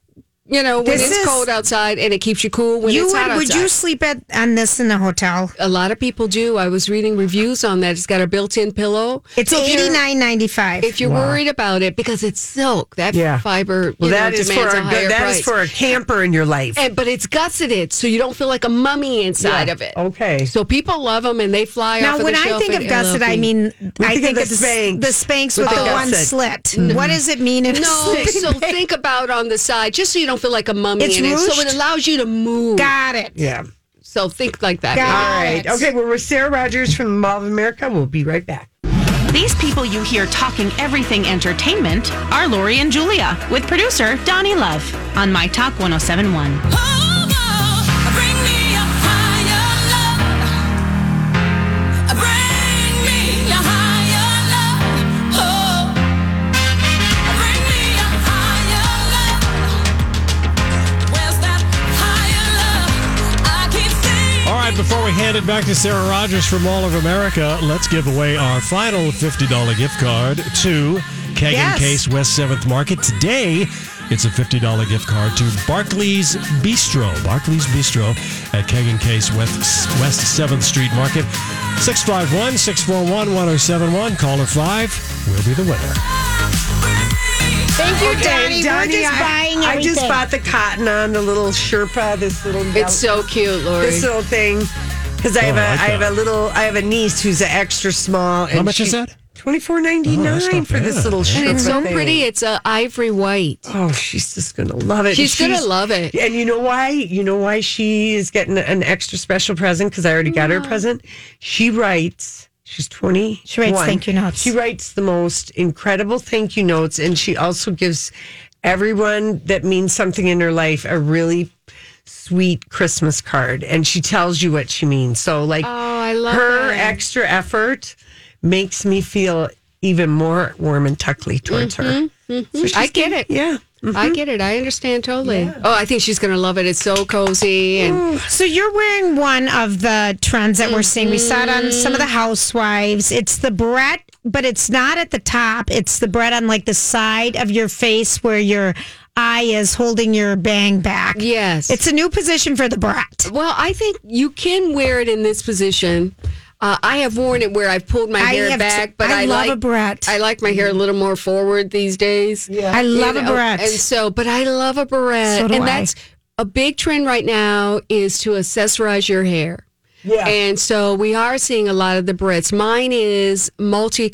[SPEAKER 10] you know, when
[SPEAKER 2] This
[SPEAKER 10] it's
[SPEAKER 2] is-
[SPEAKER 10] cold outside and it keeps you cool when
[SPEAKER 2] You
[SPEAKER 10] it's hot
[SPEAKER 2] would? Would
[SPEAKER 10] outside
[SPEAKER 2] you sleep at on this in a hotel?
[SPEAKER 10] a lot of people do. I was reading reviews on that. It's got a built-in pillow.
[SPEAKER 2] It's
[SPEAKER 10] if you're-
[SPEAKER 2] eighty nine ninety five.
[SPEAKER 10] If you're worried about it, because it's silk, that
[SPEAKER 3] Yeah.
[SPEAKER 10] fiber
[SPEAKER 3] Well,
[SPEAKER 10] you
[SPEAKER 3] that
[SPEAKER 10] know,
[SPEAKER 3] is for
[SPEAKER 10] demands a
[SPEAKER 3] our
[SPEAKER 10] higher
[SPEAKER 3] good, that
[SPEAKER 10] price.
[SPEAKER 3] is for a camper in your life.
[SPEAKER 10] and, but it's gusseted, so you don't feel like a mummy inside
[SPEAKER 3] Yeah.
[SPEAKER 10] of it.
[SPEAKER 3] Okay.
[SPEAKER 10] So people love them, and they fly off.
[SPEAKER 2] Now,
[SPEAKER 10] of
[SPEAKER 2] when
[SPEAKER 10] the
[SPEAKER 2] I
[SPEAKER 10] shelf
[SPEAKER 2] think
[SPEAKER 10] and
[SPEAKER 2] of gusset, I
[SPEAKER 10] LLP.
[SPEAKER 2] mean, I
[SPEAKER 3] think of
[SPEAKER 2] think
[SPEAKER 3] the
[SPEAKER 2] of the
[SPEAKER 3] Spanx
[SPEAKER 2] Spanx, the Spanx
[SPEAKER 3] with
[SPEAKER 2] with
[SPEAKER 3] the
[SPEAKER 2] the one
[SPEAKER 3] gusset.
[SPEAKER 2] slit. What does it mean? *laughs* If
[SPEAKER 10] Mm-hmm. No, so think about on the side, just so you don't feel like a mummy
[SPEAKER 2] It's
[SPEAKER 10] in it. So
[SPEAKER 2] ruched?
[SPEAKER 10] it allows you to
[SPEAKER 2] *laughs*
[SPEAKER 10] move.
[SPEAKER 2] got it.
[SPEAKER 3] yeah.
[SPEAKER 10] so think like that.
[SPEAKER 2] Got
[SPEAKER 3] All right.
[SPEAKER 2] Yes.
[SPEAKER 3] Okay. Well, we're Sarah Rogers from the Mall of America. We'll be right back.
[SPEAKER 4] These people you hear talking everything entertainment are Lori and Julia with producer Donnie Love on My Talk 1071.
[SPEAKER 11] Oh, Oh, bring me a higher
[SPEAKER 1] hand it back to Sarah Rogers from Mall of America. Let's give away our final $50 gift card to Keg
[SPEAKER 11] Yes.
[SPEAKER 1] and Case West 7th Market. Today, it's a $50 gift card to Barclays Bistro. Barclays Bistro at Keg and Case West, West 7th Street Market. 651 641 1071. Caller 5 will be the winner.
[SPEAKER 6] Thank you, Donnie. We're just
[SPEAKER 3] I,
[SPEAKER 6] buying
[SPEAKER 3] I just
[SPEAKER 6] everything.
[SPEAKER 3] bought the cotton on the little Sherpa. This little
[SPEAKER 10] It's so cute, Lori.
[SPEAKER 3] This little thing because I
[SPEAKER 10] Oh,
[SPEAKER 3] have a
[SPEAKER 10] I
[SPEAKER 3] I
[SPEAKER 10] like
[SPEAKER 3] have
[SPEAKER 10] that.
[SPEAKER 3] a little I have a niece who's an extra small.
[SPEAKER 10] How much is that? Oh,
[SPEAKER 3] Twenty four ninety nine for this little. Sherpa
[SPEAKER 10] And it's so
[SPEAKER 3] thing.
[SPEAKER 10] pretty. It's a ivory white.
[SPEAKER 3] Oh, she's just gonna love it.
[SPEAKER 10] She's gonna love it.
[SPEAKER 3] And you know why? You know why she is getting an extra special present? Because I already got her a present. She writes. She's twenty.
[SPEAKER 2] She writes thank you notes.
[SPEAKER 3] She writes the most incredible thank you notes, and she also gives everyone that means something in her life a really sweet Christmas card, and she tells you what she means. So, like,
[SPEAKER 10] Oh, I love
[SPEAKER 3] her
[SPEAKER 10] that.
[SPEAKER 3] extra effort makes me feel even more warm and tuckly towards her.
[SPEAKER 10] Mhm.
[SPEAKER 3] So she's
[SPEAKER 10] I get it.
[SPEAKER 3] Yeah.
[SPEAKER 2] Mm-hmm.
[SPEAKER 10] I get it. I understand totally. Oh, I think she's going to love it. It's so cozy and
[SPEAKER 2] So you're wearing one of the trends that we're seeing. We saw it on some
[SPEAKER 10] Mm-hmm.
[SPEAKER 2] of the housewives. It's the Brett, but it's not at the top. It's the Brett on like the side of your face where your eye is holding your bang back.
[SPEAKER 10] Yes.
[SPEAKER 2] It's a new position for the Brett.
[SPEAKER 10] Well, I think you can wear it in this position. Uh, I have worn it where I've pulled my
[SPEAKER 2] I
[SPEAKER 10] hair
[SPEAKER 2] have
[SPEAKER 10] back,
[SPEAKER 2] t-
[SPEAKER 10] but
[SPEAKER 2] I
[SPEAKER 10] I,
[SPEAKER 2] love
[SPEAKER 10] like
[SPEAKER 2] a brat.
[SPEAKER 10] I like my hair a little more forward these days. Yeah,
[SPEAKER 2] I love a brat.
[SPEAKER 10] And so, but I love a beret,
[SPEAKER 2] So do
[SPEAKER 10] and
[SPEAKER 2] I.
[SPEAKER 10] that's a big trend right now is to accessorize your hair. Yeah. And so we are seeing a lot of the Brits. Mine is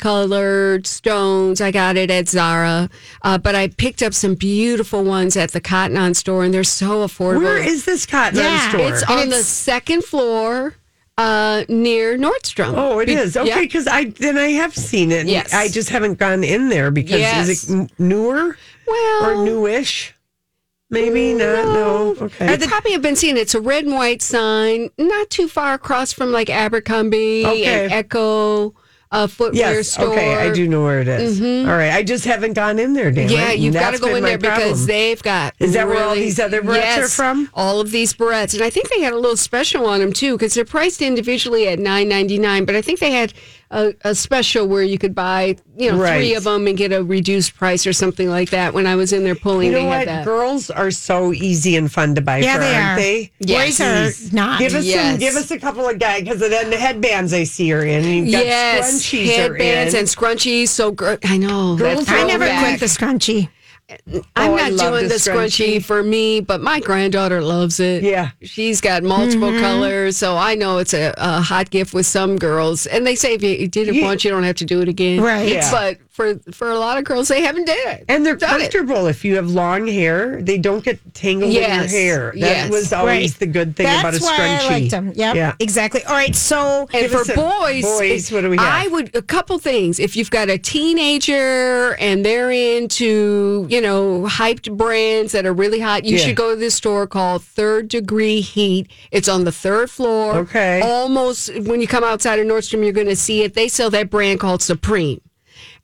[SPEAKER 10] multicolored stones. I got it at Zara, uh, but I picked up some beautiful ones at the Cotton On store, and they're so affordable.
[SPEAKER 3] Where is this cotton on
[SPEAKER 10] Yeah,
[SPEAKER 3] store?
[SPEAKER 10] It's on the second floor uh, near Nordstrom.
[SPEAKER 3] Oh, it is okay. Because I then I have seen it. and
[SPEAKER 10] Yes.
[SPEAKER 3] I just haven't gone in there because is
[SPEAKER 10] Yes. Oh.
[SPEAKER 3] it n- newer?
[SPEAKER 10] Well,
[SPEAKER 3] or newish? Maybe not. No. Okay.
[SPEAKER 10] I probably have been seeing it. it's a red and white sign, not too far across from like Abercrombie
[SPEAKER 3] Okay.
[SPEAKER 10] and Echo uh, footwear
[SPEAKER 3] yes.
[SPEAKER 10] store.
[SPEAKER 3] Okay. I do know where it is.
[SPEAKER 10] Mhm.
[SPEAKER 3] All right. I just haven't gone in there. Dan.
[SPEAKER 10] Yeah, you've got to go in there because they've got.
[SPEAKER 3] Is that where all
[SPEAKER 10] really-
[SPEAKER 3] these other Brett's
[SPEAKER 10] yes,
[SPEAKER 3] are from?
[SPEAKER 10] All of these Brett's, and I think they had a little special on them too because they're priced individually at nine ninety nine, but I think they had a, a special where you could buy you know
[SPEAKER 3] Right.
[SPEAKER 10] three of them and get a reduced price or something like that. When I was in there pulling,
[SPEAKER 3] You know
[SPEAKER 10] they
[SPEAKER 3] what?
[SPEAKER 10] had that.
[SPEAKER 3] Girls are so easy and fun to buy.
[SPEAKER 10] Yeah,
[SPEAKER 3] for,
[SPEAKER 10] they
[SPEAKER 3] aren't
[SPEAKER 10] are.
[SPEAKER 3] They?
[SPEAKER 10] Yes. Boys are not.
[SPEAKER 3] Give us some,
[SPEAKER 10] Yes.
[SPEAKER 3] give us a couple of guys because then the headbands I see are in. You've got
[SPEAKER 10] yes,
[SPEAKER 3] scrunchies
[SPEAKER 10] headbands
[SPEAKER 3] are in.
[SPEAKER 10] and scrunchies. So gr- I know
[SPEAKER 3] Girls
[SPEAKER 10] that
[SPEAKER 3] are I never
[SPEAKER 10] throwback.
[SPEAKER 3] quit
[SPEAKER 2] The scrunchie.
[SPEAKER 3] Oh,
[SPEAKER 10] I'm
[SPEAKER 3] I
[SPEAKER 10] not
[SPEAKER 3] love
[SPEAKER 10] doing
[SPEAKER 3] the
[SPEAKER 10] the scrunchie. for me, but my granddaughter loves it.
[SPEAKER 3] Yeah.
[SPEAKER 10] She's got multiple
[SPEAKER 3] Mhm.
[SPEAKER 10] colors, so I know it's a, a hot gift with some girls. And they say if you, you did it
[SPEAKER 3] Yeah.
[SPEAKER 10] once, you don't have to do it again.
[SPEAKER 3] Right. Yeah.
[SPEAKER 10] But for for a lot of girls, they haven't did it.
[SPEAKER 3] And they're
[SPEAKER 10] Done it.
[SPEAKER 3] comfortable. If you have long hair, they don't get tangled
[SPEAKER 10] Yes,
[SPEAKER 3] in your hair. That
[SPEAKER 10] yes.
[SPEAKER 3] was always
[SPEAKER 10] Right.
[SPEAKER 3] the good thing
[SPEAKER 10] That's
[SPEAKER 3] about a
[SPEAKER 10] why I
[SPEAKER 3] scrunchie.
[SPEAKER 10] liked 'em. Yep,
[SPEAKER 3] Yeah.
[SPEAKER 2] Exactly. All right. So
[SPEAKER 10] And
[SPEAKER 3] Give
[SPEAKER 10] for
[SPEAKER 3] us a-
[SPEAKER 10] boys,
[SPEAKER 3] boys, what do we have?
[SPEAKER 10] I would a couple things. If you've got a teenager and they're into you know hyped brands that are really hot, you
[SPEAKER 3] Yeah.
[SPEAKER 10] should go to this store called Third Degree Heat. It's on the third floor.
[SPEAKER 3] Okay.
[SPEAKER 10] almost when you come outside of Nordstrom, you're going to see it. They sell that brand called Supreme.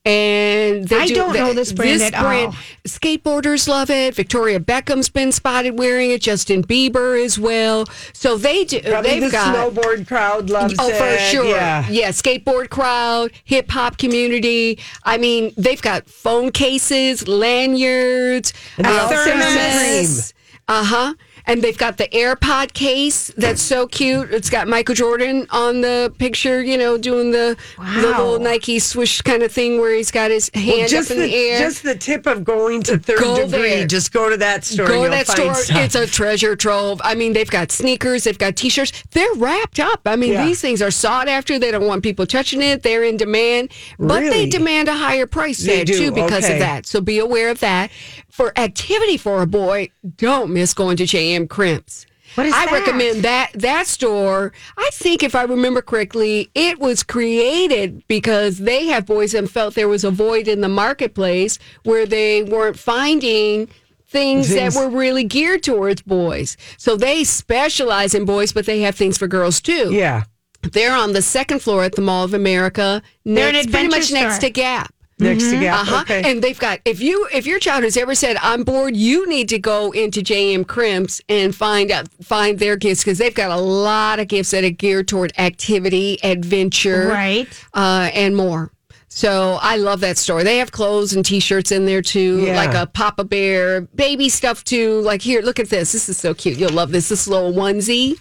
[SPEAKER 10] And they
[SPEAKER 2] I
[SPEAKER 10] do-
[SPEAKER 2] don't
[SPEAKER 10] the-
[SPEAKER 2] know this brand at all.
[SPEAKER 10] Skateboarders love it. Victoria Beckham's been spotted wearing it. Justin Bieber as well. So they do.
[SPEAKER 3] Probably
[SPEAKER 10] they've
[SPEAKER 3] the
[SPEAKER 10] got
[SPEAKER 3] snowboard crowd loves
[SPEAKER 10] oh,
[SPEAKER 3] it.
[SPEAKER 10] for sure.
[SPEAKER 3] Yeah.
[SPEAKER 10] Yeah. skateboard crowd, hip hop community. I mean, they've got phone cases, lanyards,
[SPEAKER 3] And they all say Supreme.
[SPEAKER 10] Uh huh. And they've got the AirPod case that's so cute. It's got Michael Jordan on the picture, you know, doing the, the little Nike swish kind of thing where he's got his hand
[SPEAKER 3] Well, just
[SPEAKER 10] up in the, air.
[SPEAKER 3] Just the tip of going to third
[SPEAKER 10] Go
[SPEAKER 3] degree.
[SPEAKER 10] there.
[SPEAKER 3] Just go to that store.
[SPEAKER 10] Go
[SPEAKER 3] and
[SPEAKER 10] to
[SPEAKER 3] you'll
[SPEAKER 10] that store.
[SPEAKER 3] find stuff.
[SPEAKER 10] It's a treasure trove. I mean, they've got sneakers, they've got t-shirts. They're wrapped up. I mean,
[SPEAKER 3] Yeah.
[SPEAKER 10] these things are sought after. They don't want people touching it. They're in demand, but
[SPEAKER 3] Really?
[SPEAKER 10] they demand a higher price
[SPEAKER 3] They
[SPEAKER 10] tag
[SPEAKER 3] do.
[SPEAKER 10] too because
[SPEAKER 3] Okay.
[SPEAKER 10] of that. So be aware of that. For activity for a boy, don't miss going to JM Crimps. What
[SPEAKER 2] is
[SPEAKER 10] I
[SPEAKER 2] that?
[SPEAKER 10] recommend that that store. I think if I remember correctly, it was created because they have boys and felt there was a void in the marketplace where they weren't finding things,
[SPEAKER 3] Things-
[SPEAKER 10] that were really geared towards boys. So they specialize in boys, but they have things for girls too.
[SPEAKER 3] Yeah.
[SPEAKER 10] They're on the second floor at the Mall of America.
[SPEAKER 2] They're an
[SPEAKER 10] Next, pretty
[SPEAKER 2] adventure
[SPEAKER 10] much next
[SPEAKER 2] store.
[SPEAKER 10] to Gap.
[SPEAKER 3] next to Gap.
[SPEAKER 10] Uh-huh.
[SPEAKER 3] Okay.
[SPEAKER 10] And they've got if you if your child has ever said I'm bored, you need to go into JM Crimps and find out find their gifts because they've got a lot of gifts that are geared toward activity, adventure,
[SPEAKER 2] Right.
[SPEAKER 10] uh, and more. So I love that store. They have clothes and T-shirts in there too,
[SPEAKER 3] Yeah.
[SPEAKER 10] like a Papa Bear baby stuff too. Like here, look at this. This is so cute. You'll love this. This little onesie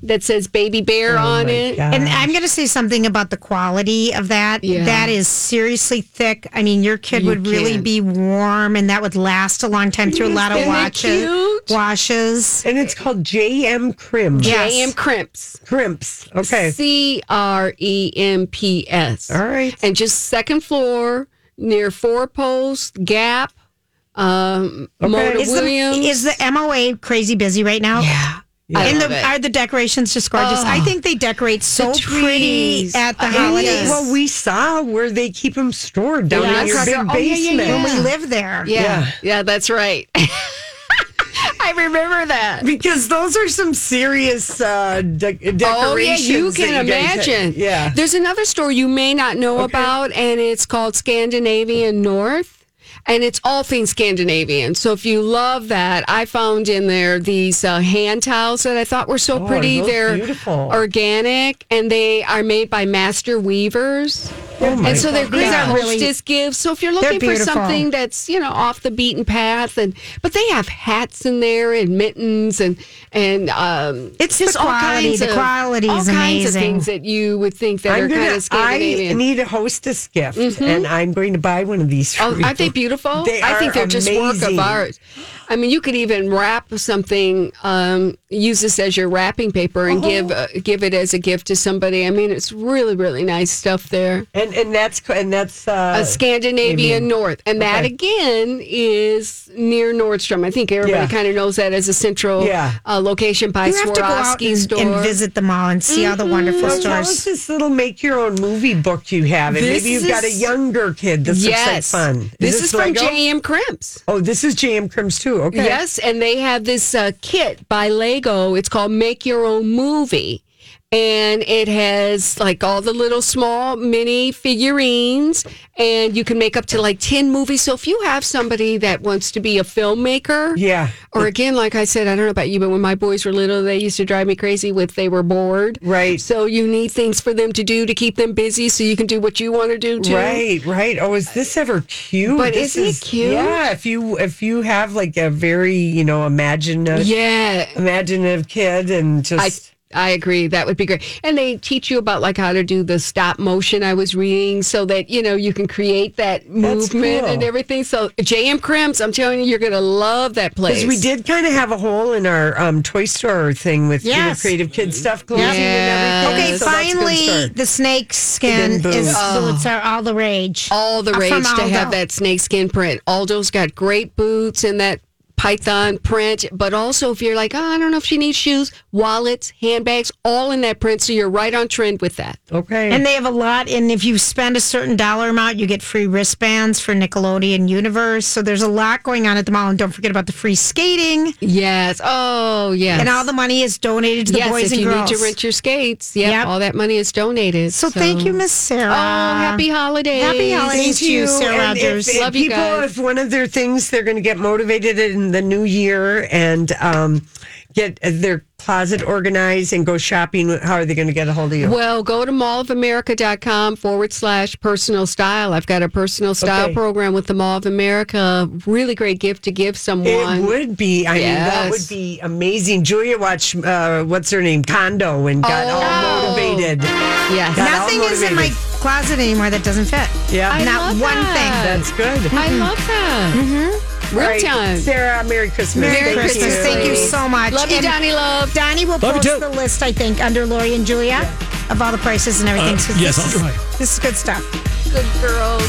[SPEAKER 10] that says baby
[SPEAKER 3] Oh
[SPEAKER 10] bear on it.
[SPEAKER 2] And I'm going to say something about the quality of that.
[SPEAKER 10] Yeah.
[SPEAKER 2] That is seriously thick. I mean, your kid
[SPEAKER 10] You
[SPEAKER 2] would really
[SPEAKER 10] can't.
[SPEAKER 2] be warm, and that would last a long time through a lot of
[SPEAKER 3] Isn't it
[SPEAKER 2] watches. Washes.
[SPEAKER 3] And it's called JM Crimps.
[SPEAKER 2] Yes.
[SPEAKER 10] JM Crimps.
[SPEAKER 3] Crimps. Okay.
[SPEAKER 10] C R E M P S. All
[SPEAKER 3] right.
[SPEAKER 10] And just second floor near Four Post Gap. Um, Mona
[SPEAKER 2] Is the,
[SPEAKER 10] Williams.
[SPEAKER 2] is the MOA crazy busy right now? Yeah.
[SPEAKER 10] I
[SPEAKER 2] and
[SPEAKER 10] love
[SPEAKER 2] the,
[SPEAKER 10] it.
[SPEAKER 2] are the decorations just gorgeous?
[SPEAKER 10] Oh.
[SPEAKER 2] I think they decorate so pretty
[SPEAKER 10] trees.
[SPEAKER 2] at the
[SPEAKER 10] Uh,
[SPEAKER 2] holidays.
[SPEAKER 10] yes.
[SPEAKER 3] Well, we saw where they keep them stored down in your
[SPEAKER 10] Yes.
[SPEAKER 3] big
[SPEAKER 10] Oh, yeah, yeah,
[SPEAKER 3] basement.
[SPEAKER 10] yeah.
[SPEAKER 2] we live there.
[SPEAKER 10] yeah.
[SPEAKER 3] Yeah.
[SPEAKER 10] yeah. that's right. *laughs* I remember that.
[SPEAKER 3] Because those are some serious uh, de- decorations.
[SPEAKER 10] Oh yeah, you
[SPEAKER 3] that
[SPEAKER 10] can
[SPEAKER 3] guys had.
[SPEAKER 10] imagine.
[SPEAKER 3] Yeah.
[SPEAKER 10] There's another store you may not know about, and it's called Scandinavian North, and it's all things Scandinavian. So if you love that, I found in there these uh, hand towels that I thought were so
[SPEAKER 3] Oh, are
[SPEAKER 10] pretty.
[SPEAKER 3] those
[SPEAKER 10] They're
[SPEAKER 3] beautiful?
[SPEAKER 10] organic, and they are made by master weavers.
[SPEAKER 3] Oh my
[SPEAKER 10] and so they're
[SPEAKER 3] God.
[SPEAKER 10] great
[SPEAKER 3] These are really-
[SPEAKER 10] hostess gifts. So if you're
[SPEAKER 2] They're
[SPEAKER 10] looking for
[SPEAKER 2] beautiful.
[SPEAKER 10] something that's you know off the beaten path, and but they have hats in there and mittens and and um,
[SPEAKER 2] It's the quality. The quality
[SPEAKER 10] all
[SPEAKER 2] is
[SPEAKER 10] kinds of
[SPEAKER 2] amazing.
[SPEAKER 10] things that you would think that are
[SPEAKER 3] I'm
[SPEAKER 10] kind
[SPEAKER 3] gonna,
[SPEAKER 10] of
[SPEAKER 3] I
[SPEAKER 10] Scandinavian.
[SPEAKER 3] need a hostess gift, and I'm going to buy one of these. For
[SPEAKER 10] Oh,
[SPEAKER 3] you.
[SPEAKER 10] aren't they
[SPEAKER 3] *laughs*
[SPEAKER 10] beautiful?
[SPEAKER 3] They
[SPEAKER 10] I think
[SPEAKER 3] are
[SPEAKER 10] they're just work
[SPEAKER 3] amazing.
[SPEAKER 10] of art. I mean, you could even wrap something, um, use this as your wrapping paper, and give uh, give it as a gift to somebody. I mean, it's really really nice stuff there.
[SPEAKER 3] And and that's and that's uh,
[SPEAKER 10] a Scandinavian North, and that
[SPEAKER 3] Okay.
[SPEAKER 10] again is near Nordstrom. I think everybody
[SPEAKER 3] Yeah.
[SPEAKER 10] kind of knows that as a central
[SPEAKER 3] Yeah.
[SPEAKER 10] uh, location by
[SPEAKER 2] You have to go out
[SPEAKER 10] Swarovski
[SPEAKER 2] and,
[SPEAKER 10] store. Mm-hmm.
[SPEAKER 2] and visit the mall and see all the wonderful
[SPEAKER 3] So tell us
[SPEAKER 2] stores.
[SPEAKER 3] this little make your own movie book you have, and
[SPEAKER 10] This
[SPEAKER 3] maybe you've got a
[SPEAKER 10] is-
[SPEAKER 3] younger kid. This
[SPEAKER 10] yes,
[SPEAKER 3] looks like fun.
[SPEAKER 10] this is, from
[SPEAKER 3] Lego?
[SPEAKER 10] J.M. Crimps.
[SPEAKER 3] Oh, this is JM Crims too. Okay.
[SPEAKER 10] Yes, and they have this uh, kit by Lego. It's called Make Your Own Movie. And it has like all the little small mini figurines, and you can make up to like 10 movies. So if you have somebody that wants to be a filmmaker,
[SPEAKER 3] Yeah.
[SPEAKER 10] or again, like I said, I don't know about you, but when my boys were little, they used to drive me crazy with they were bored.
[SPEAKER 3] Right.
[SPEAKER 10] So you need things for them to do to keep them busy so you can do what you want to do too.
[SPEAKER 3] Right, right. Oh, is this ever cute?
[SPEAKER 10] But
[SPEAKER 3] This
[SPEAKER 10] isn't it
[SPEAKER 3] is-
[SPEAKER 10] cute?
[SPEAKER 3] Yeah, if you if you have like a very you know imaginative
[SPEAKER 10] Yeah.
[SPEAKER 3] imaginative kid and
[SPEAKER 10] I
[SPEAKER 3] just
[SPEAKER 10] I agree. That would be great. And they teach you about like how to do the stop motion I was reading so that, you know, you can create that movement
[SPEAKER 3] cool.
[SPEAKER 10] and everything. So JM Crimps, I'm telling you, you're gonna love that place.
[SPEAKER 3] because we did kind of have a hole in our um, toy store thing with you know,
[SPEAKER 2] Yes.
[SPEAKER 3] creative kid stuff closing and everything.
[SPEAKER 2] Okay,
[SPEAKER 3] so that's a good
[SPEAKER 2] finally,
[SPEAKER 3] start.
[SPEAKER 2] the snake skin
[SPEAKER 3] And then boom.
[SPEAKER 2] is boots are all the rage.
[SPEAKER 10] all the
[SPEAKER 2] From
[SPEAKER 10] rage to have
[SPEAKER 2] Aldo.
[SPEAKER 10] that snakeskin print. Aldo's got great boots and that python print, but also if you're like, oh, I don't know if she needs shoes, wallets, handbags, all in that print. So you're right on trend with that.
[SPEAKER 3] Okay.
[SPEAKER 2] And they have a lot. And if you spend a certain dollar amount, you get free wristbands for Nickelodeon Universe. So there's a lot going on at the mall. And don't forget about the free skating.
[SPEAKER 10] Yes. Oh, yes.
[SPEAKER 2] And all the money is donated to the
[SPEAKER 10] yes,
[SPEAKER 2] boys
[SPEAKER 10] if
[SPEAKER 2] and
[SPEAKER 10] you
[SPEAKER 2] girls.
[SPEAKER 10] need to rent your skates, yep,
[SPEAKER 2] Yep.
[SPEAKER 10] all that money is donated.
[SPEAKER 2] so, thank you, Miss Sarah.
[SPEAKER 10] Oh, happy holidays!
[SPEAKER 2] Happy holidays to you, Sarah
[SPEAKER 3] And if-
[SPEAKER 2] Rogers.
[SPEAKER 3] if
[SPEAKER 10] Love you
[SPEAKER 3] people,
[SPEAKER 10] guys.
[SPEAKER 3] if one of their things they're going to get motivated in the new year and um, get their closet organized and go shopping, how are they going to get a hold of you?
[SPEAKER 10] Well, go to mallofamerica.com forward slash personal style. I've got a personal style
[SPEAKER 3] Okay.
[SPEAKER 10] program with the Mall of America. Really great gift to give someone.
[SPEAKER 3] It would be. I mean, that would
[SPEAKER 10] Yes.
[SPEAKER 3] be amazing. Julia watched uh, what's her name Condo and got
[SPEAKER 10] Oh.
[SPEAKER 3] all motivated.
[SPEAKER 10] Yes.
[SPEAKER 3] Got all
[SPEAKER 2] Nothing is in my
[SPEAKER 3] motivated.
[SPEAKER 2] closet anymore that doesn't fit.
[SPEAKER 3] Yeah. I
[SPEAKER 2] Not
[SPEAKER 10] love
[SPEAKER 2] one
[SPEAKER 10] that.
[SPEAKER 2] thing.
[SPEAKER 3] That's good.
[SPEAKER 10] I love that. Mm-hmm. Real
[SPEAKER 3] All right,
[SPEAKER 10] time.
[SPEAKER 3] Sarah. Merry Christmas.
[SPEAKER 2] Merry
[SPEAKER 3] Thank
[SPEAKER 2] Christmas.
[SPEAKER 3] you.
[SPEAKER 2] Thank you
[SPEAKER 10] ladies.
[SPEAKER 2] so much.
[SPEAKER 10] Love you,
[SPEAKER 2] And
[SPEAKER 10] Donnie Love.
[SPEAKER 2] Donnie will
[SPEAKER 1] Love you
[SPEAKER 2] post
[SPEAKER 1] too.
[SPEAKER 2] the list, I think, under Lori and Julia of all the prices and everything.
[SPEAKER 1] Uh,
[SPEAKER 2] so
[SPEAKER 1] yes,
[SPEAKER 2] this,
[SPEAKER 1] I'll
[SPEAKER 2] is-
[SPEAKER 1] try.
[SPEAKER 2] this is good stuff.
[SPEAKER 10] Good girls.